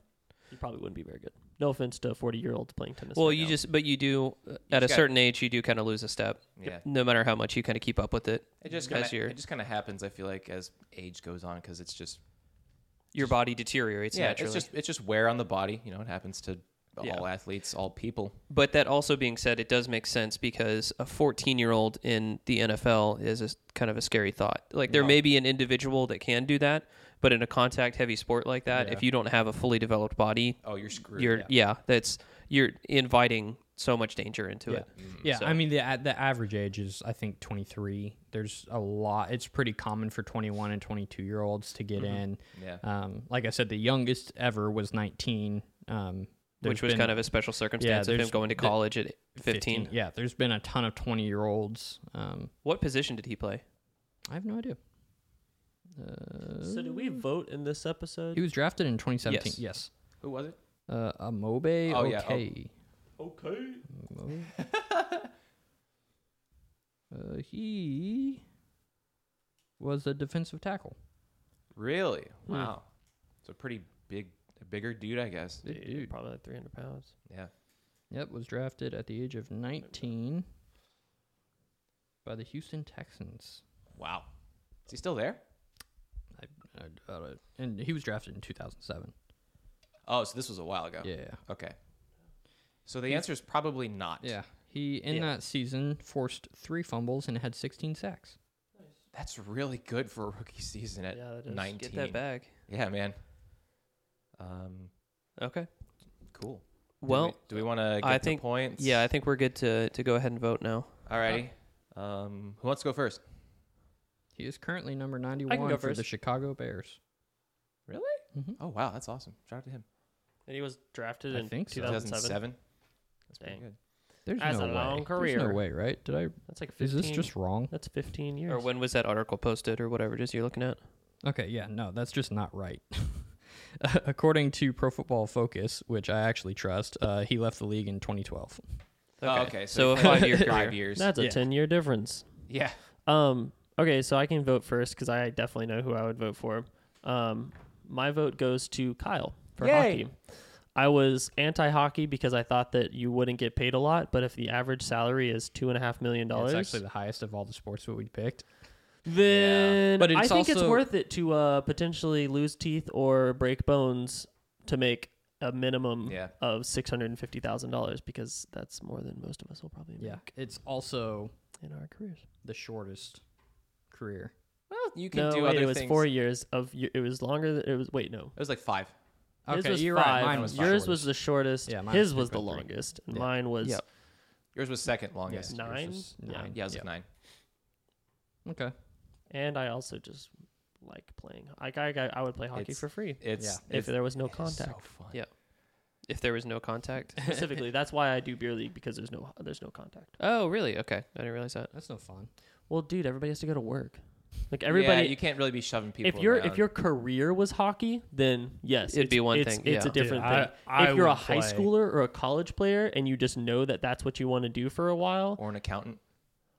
Speaker 1: You probably wouldn't be very good. No offense to 40 year olds playing tennis.
Speaker 3: Well,
Speaker 1: right
Speaker 3: you
Speaker 1: now.
Speaker 3: just but you do at a
Speaker 4: got-
Speaker 3: certain age you do kind of lose a step.
Speaker 4: Yeah.
Speaker 3: No matter how much you kind of keep up with it,
Speaker 4: It just
Speaker 3: as
Speaker 4: kinda,
Speaker 3: your
Speaker 4: it just kind of happens. I feel like as age goes on, because it's just
Speaker 3: your body deteriorates
Speaker 4: yeah,
Speaker 3: naturally.
Speaker 4: it's just it's just wear on the body. You know, it happens to
Speaker 3: Yeah.
Speaker 4: all athletes, all people.
Speaker 3: But that also being said, it does make sense because a 14 year old in the NFL is a, kind of a scary thought. Like there may be an individual that can do that, but in a contact heavy sport like that, if you don't have a fully developed body,
Speaker 4: Oh, you're screwed.
Speaker 3: you're yeah, that's you're inviting so much danger into it.
Speaker 2: Yeah, I mean the a- the average age is I think 23. There's a lot. It's pretty common for 21 and 22 year olds to
Speaker 3: Mm-hmm.
Speaker 2: get in.
Speaker 4: Yeah.
Speaker 2: Um, like I said, the youngest ever was 19, um,
Speaker 3: Which was kind of a special circumstance of him
Speaker 2: there's
Speaker 3: going to
Speaker 2: the-
Speaker 3: college at 15.
Speaker 2: 15. Yeah, there's been a ton of 20 year olds. Um,
Speaker 3: What position did he play?
Speaker 2: I have no idea.
Speaker 1: So, do we vote in this episode?
Speaker 2: Uh, He was drafted in 2017.
Speaker 3: Yes.
Speaker 2: Yes.
Speaker 4: Who was it?
Speaker 2: Uh, Amobe
Speaker 4: Oh, yeah, oh.
Speaker 2: okay.
Speaker 1: Okay.
Speaker 2: Mo- [laughs] uh, he was a defensive tackle.
Speaker 4: Really? Wow. It's a pretty big, a bigger dude, I guess.
Speaker 2: Big dude.
Speaker 1: Probably like 300 pounds.
Speaker 4: Yeah.
Speaker 2: Yep, was drafted at the age of 19 by the Houston Texans.
Speaker 4: Wow. Is he still there?
Speaker 2: I, I doubt it. And he was drafted in 2007.
Speaker 4: Oh, so this was a while ago.
Speaker 2: Yeah.
Speaker 4: Okay. So the answer is probably not.
Speaker 2: Yeah. He, in
Speaker 1: Yeah.
Speaker 2: that season, forced three fumbles and had 16 sacks.
Speaker 4: That's really good for a rookie [laughs] season at
Speaker 1: Yeah, that is. Get
Speaker 4: 19.
Speaker 3: Get that back.
Speaker 4: Yeah, man. Um,
Speaker 3: Okay.
Speaker 4: Cool. Do
Speaker 3: Well,
Speaker 4: we- do we, want to get
Speaker 3: I
Speaker 4: to
Speaker 3: think-
Speaker 4: points?
Speaker 3: yeah, I think we're good to to go ahead and vote now.
Speaker 4: Alrighty. Um, who wants to go first?
Speaker 2: He is currently number
Speaker 1: go
Speaker 2: 91 for the
Speaker 1: first.
Speaker 2: Chicago Bears.
Speaker 4: Really?
Speaker 2: Mhm.
Speaker 4: Oh wow, that's awesome. Shout out to him.
Speaker 1: And he was drafted
Speaker 2: I
Speaker 1: in
Speaker 2: think so.
Speaker 1: 2007.
Speaker 4: 2007. That's pretty
Speaker 1: Dang.
Speaker 4: good.
Speaker 2: There's
Speaker 1: Has
Speaker 2: no
Speaker 1: a
Speaker 2: way.
Speaker 1: long
Speaker 2: There's
Speaker 1: career.
Speaker 2: no way, right? Did I?
Speaker 1: That's like 15.
Speaker 2: Is this just wrong?
Speaker 1: That's 15 years.
Speaker 3: Or when was that article posted or whatever it is you're looking at?
Speaker 2: Okay, yeah, no, that's just not right. [laughs] According to Pro Football Focus, which I actually trust, uh, he left the league in 2012.
Speaker 4: Oh,
Speaker 3: Okay.
Speaker 4: okay.
Speaker 3: So a
Speaker 4: he
Speaker 1: [laughs]
Speaker 4: played
Speaker 3: five-year
Speaker 4: five
Speaker 3: career.
Speaker 4: years.
Speaker 1: That's a
Speaker 2: Yeah.
Speaker 1: 10 year difference.
Speaker 4: yeah.
Speaker 1: Um. Okay, so I can vote first because I definitely know who I would vote for. Um, my vote goes to Kyle for
Speaker 4: Yay.
Speaker 1: hockey. I was anti hockey because I thought that you wouldn't get paid a lot, but if the average salary is two and a half million
Speaker 2: It's
Speaker 1: dollars,
Speaker 2: actually the highest of all the sports that we picked.
Speaker 1: then
Speaker 2: But it's
Speaker 1: I think it's
Speaker 2: also-
Speaker 1: worth it to uh, potentially lose teeth or break bones to make a minimum
Speaker 4: Yeah.
Speaker 1: of six hundred and fifty thousand dollars because that's more than most of us will probably make
Speaker 2: Yeah, it's also
Speaker 1: in our careers.
Speaker 2: the shortest career.
Speaker 4: Well, you can
Speaker 1: No,
Speaker 4: do
Speaker 1: wait,
Speaker 4: other
Speaker 1: it was
Speaker 4: things.
Speaker 1: four years of y- it was longer. Than, it was wait no.
Speaker 4: It was like five.
Speaker 1: His
Speaker 2: Okay,
Speaker 1: was
Speaker 2: you're
Speaker 1: five.
Speaker 2: right. Mine was
Speaker 1: Yours
Speaker 2: five.
Speaker 1: was the shortest.
Speaker 2: Yeah, mine
Speaker 1: His
Speaker 2: was
Speaker 1: was the
Speaker 2: 3.3.
Speaker 1: longest. And
Speaker 2: Yeah.
Speaker 1: Mine was
Speaker 3: Yep.
Speaker 4: Yours was second longest.
Speaker 2: Yours
Speaker 1: nine?
Speaker 2: was
Speaker 1: Yeah.
Speaker 2: nine.
Speaker 4: Yeah, it was like nine.
Speaker 2: Okay.
Speaker 1: and I also just like playing. I I, I- I would play hockey
Speaker 4: It's-
Speaker 1: for free
Speaker 4: It's
Speaker 1: if
Speaker 4: it's,
Speaker 1: there was no
Speaker 4: it is so
Speaker 2: [laughs]
Speaker 1: contact.
Speaker 4: fun.
Speaker 3: Yeah. If there was no
Speaker 1: [laughs]
Speaker 3: contact.
Speaker 1: Specifically, that's why I do beer league because there's no there's no contact.
Speaker 3: Oh, really? Okay, I didn't realize that.
Speaker 2: That's no fun.
Speaker 1: Well, dude, everybody has to go to work. Like
Speaker 4: Yeah,
Speaker 1: everybody,
Speaker 4: you can't really be shoving people.
Speaker 1: if your
Speaker 4: around.
Speaker 1: if your career was hockey, then yes,
Speaker 3: It'd
Speaker 1: it's-
Speaker 3: be one
Speaker 1: it's,
Speaker 3: thing,
Speaker 1: It's
Speaker 3: yeah.
Speaker 1: a different
Speaker 2: Dude, I-
Speaker 1: thing.
Speaker 2: I
Speaker 1: if you're a
Speaker 2: would
Speaker 1: high
Speaker 2: play-
Speaker 1: schooler or a college player and you just know that that's what you want to do for a while,
Speaker 4: or an accountant.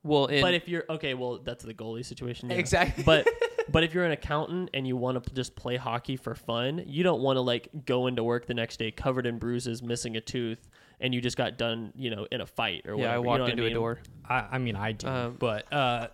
Speaker 3: Well, in,
Speaker 1: but if you're okay, well, that's the goalie situation. yeah.
Speaker 3: [laughs]
Speaker 4: Exactly.
Speaker 1: but but if you're an accountant and you want to just play hockey for fun, you don't want to like go into work the next day covered in bruises, missing a tooth, and you just got done, you know, in a fight or
Speaker 3: yeah,
Speaker 1: whatever.
Speaker 3: I
Speaker 1: you know
Speaker 3: walked
Speaker 1: what
Speaker 3: into
Speaker 1: mean?
Speaker 3: a door.
Speaker 2: I, I mean, I do,
Speaker 3: Um,
Speaker 2: but uh,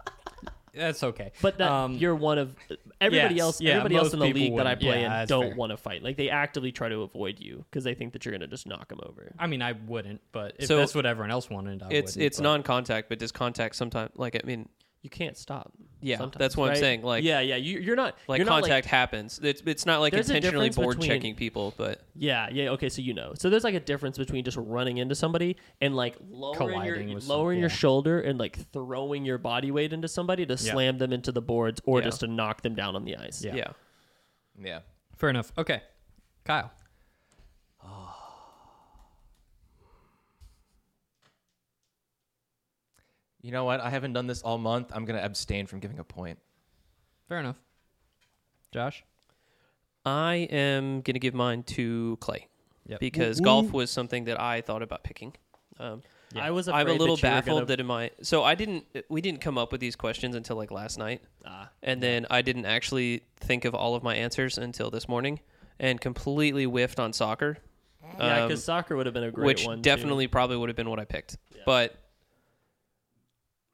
Speaker 2: that's okay.
Speaker 1: But that
Speaker 2: um,
Speaker 1: you're one of everybody
Speaker 2: yes,
Speaker 1: else.
Speaker 2: yeah,
Speaker 1: everybody else
Speaker 2: most
Speaker 1: in the
Speaker 2: people
Speaker 1: league that I
Speaker 2: wouldn't.
Speaker 1: play
Speaker 2: Yeah,
Speaker 1: in
Speaker 2: that's
Speaker 1: don't
Speaker 2: fair.
Speaker 1: want to fight. Like they actively try to avoid you because they think that you're gonna just knock them over.
Speaker 2: I mean, I wouldn't, but if
Speaker 3: So,
Speaker 2: that's what everyone else wanted, I
Speaker 3: It's
Speaker 2: wouldn't,
Speaker 3: it's
Speaker 2: but-
Speaker 3: non-contact, but does contact sometimes? Like, I mean,
Speaker 1: You can't stop.
Speaker 3: Yeah,
Speaker 1: sometimes,
Speaker 3: that's what I'm
Speaker 1: right?
Speaker 3: saying, like-
Speaker 1: yeah, yeah, you, you're not
Speaker 3: like
Speaker 1: you're not,
Speaker 3: contact happens. It's it's not like
Speaker 1: There's a
Speaker 3: intentionally
Speaker 1: difference
Speaker 3: board
Speaker 1: between-
Speaker 3: checking people, but
Speaker 1: Yeah, yeah, okay, so you know. So there's like a difference between just running into somebody and like lowering your,
Speaker 2: Colliding with some-
Speaker 1: lowering your
Speaker 2: yeah.
Speaker 1: shoulder and like throwing your body weight into somebody to slam them into the boards or
Speaker 3: Yeah.
Speaker 1: just to knock them down on the ice.
Speaker 2: Yeah.
Speaker 3: yeah.
Speaker 4: [laughs] yeah.
Speaker 2: Fair enough. Okay, Kyle.
Speaker 4: You know what? I haven't done this all month. I'm gonna abstain from giving a point.
Speaker 2: Fair enough. Josh.
Speaker 3: I am gonna give mine to Clay
Speaker 2: Yep.
Speaker 3: because golf was something that I thought about picking. Um,
Speaker 1: I was
Speaker 3: I'm a
Speaker 1: afraid
Speaker 3: little
Speaker 1: that you were
Speaker 3: baffled
Speaker 1: gonna-
Speaker 3: that in my so I didn't we didn't come up with these questions until like last night,
Speaker 1: Ah.
Speaker 3: and then I didn't actually think of all of my answers until this morning, and completely whiffed on soccer,
Speaker 1: yeah,
Speaker 3: um,
Speaker 1: because soccer would have been a great
Speaker 3: which
Speaker 1: one. too.
Speaker 3: definitely probably would have been what I picked. But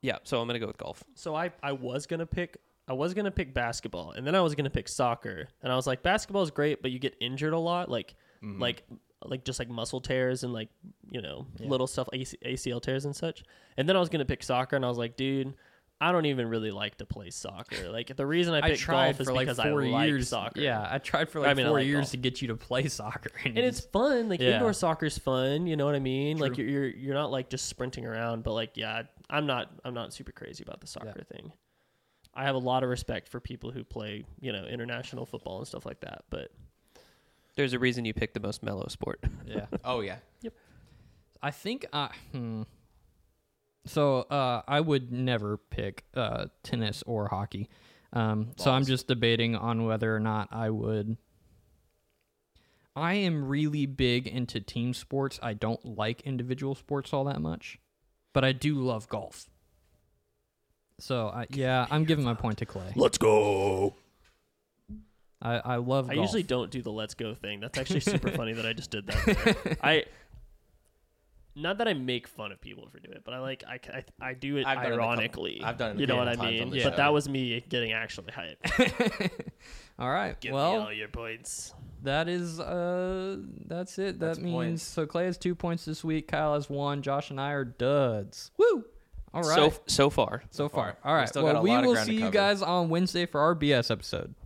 Speaker 3: yeah, so I'm gonna go with golf.
Speaker 1: So I, I was gonna pick I was gonna pick basketball and then I was gonna pick soccer and I was like basketball is great but you get injured a lot like
Speaker 2: Mm-hmm.
Speaker 1: like like just like muscle tears and like you know little stuff AC, ACL tears and such and then I was gonna pick soccer and I was like dude I don't even really like to play soccer like the reason I
Speaker 2: I
Speaker 1: picked
Speaker 2: tried
Speaker 1: golf is
Speaker 2: for like
Speaker 1: because I
Speaker 2: four
Speaker 1: like
Speaker 2: years.
Speaker 1: soccer
Speaker 2: Yeah, I tried for
Speaker 1: I
Speaker 2: like
Speaker 1: mean, I
Speaker 2: four
Speaker 1: like
Speaker 2: years
Speaker 1: golf.
Speaker 2: to get you to play soccer, [laughs] and,
Speaker 1: and it's fun like
Speaker 2: Yeah.
Speaker 1: indoor soccer's fun you know what I mean like you're, you're you're not like just sprinting around but like yeah I'm not I'm not super crazy about the soccer thing I have a lot of respect for people who play you know international football and stuff like that but
Speaker 3: There's a reason you picked the most mellow sport.
Speaker 2: yeah.
Speaker 4: Oh yeah.
Speaker 2: I think I. Hmm. So uh, I would never pick uh, tennis or hockey. Um, so I'm just debating on whether or not I would. I am really big into team sports. I don't like individual sports all that much, but I do love golf. So I, yeah, I'm giving my point to Clay.
Speaker 1: let's go
Speaker 2: I, I love.
Speaker 1: I
Speaker 2: golf.
Speaker 1: usually don't do the let's go thing that's actually
Speaker 2: [laughs]
Speaker 1: super funny that I just did that there. I not that I make fun of people for doing it, but I like I, c- I- I do it
Speaker 4: I've done it a couple-
Speaker 1: ironically.
Speaker 4: I've done it a
Speaker 1: You know
Speaker 4: couple
Speaker 1: what I
Speaker 4: times on
Speaker 1: mean?
Speaker 4: the
Speaker 1: But
Speaker 4: show.
Speaker 1: that was me getting actually hyped.
Speaker 2: All right.
Speaker 1: Give me
Speaker 2: well,
Speaker 1: all your points.
Speaker 2: That is uh that's it.
Speaker 4: That's
Speaker 2: that means
Speaker 4: points.
Speaker 2: so Clay has two points this week, Kyle has one, Josh and I are duds. Woo! All right.
Speaker 3: So so far,
Speaker 2: So far.
Speaker 4: far.
Speaker 2: All
Speaker 4: We
Speaker 2: right.
Speaker 4: still got
Speaker 2: well,
Speaker 4: a
Speaker 2: we
Speaker 4: lot of
Speaker 2: will
Speaker 4: ground to
Speaker 2: see you
Speaker 4: cover.
Speaker 2: guys on Wednesday for our BS episode.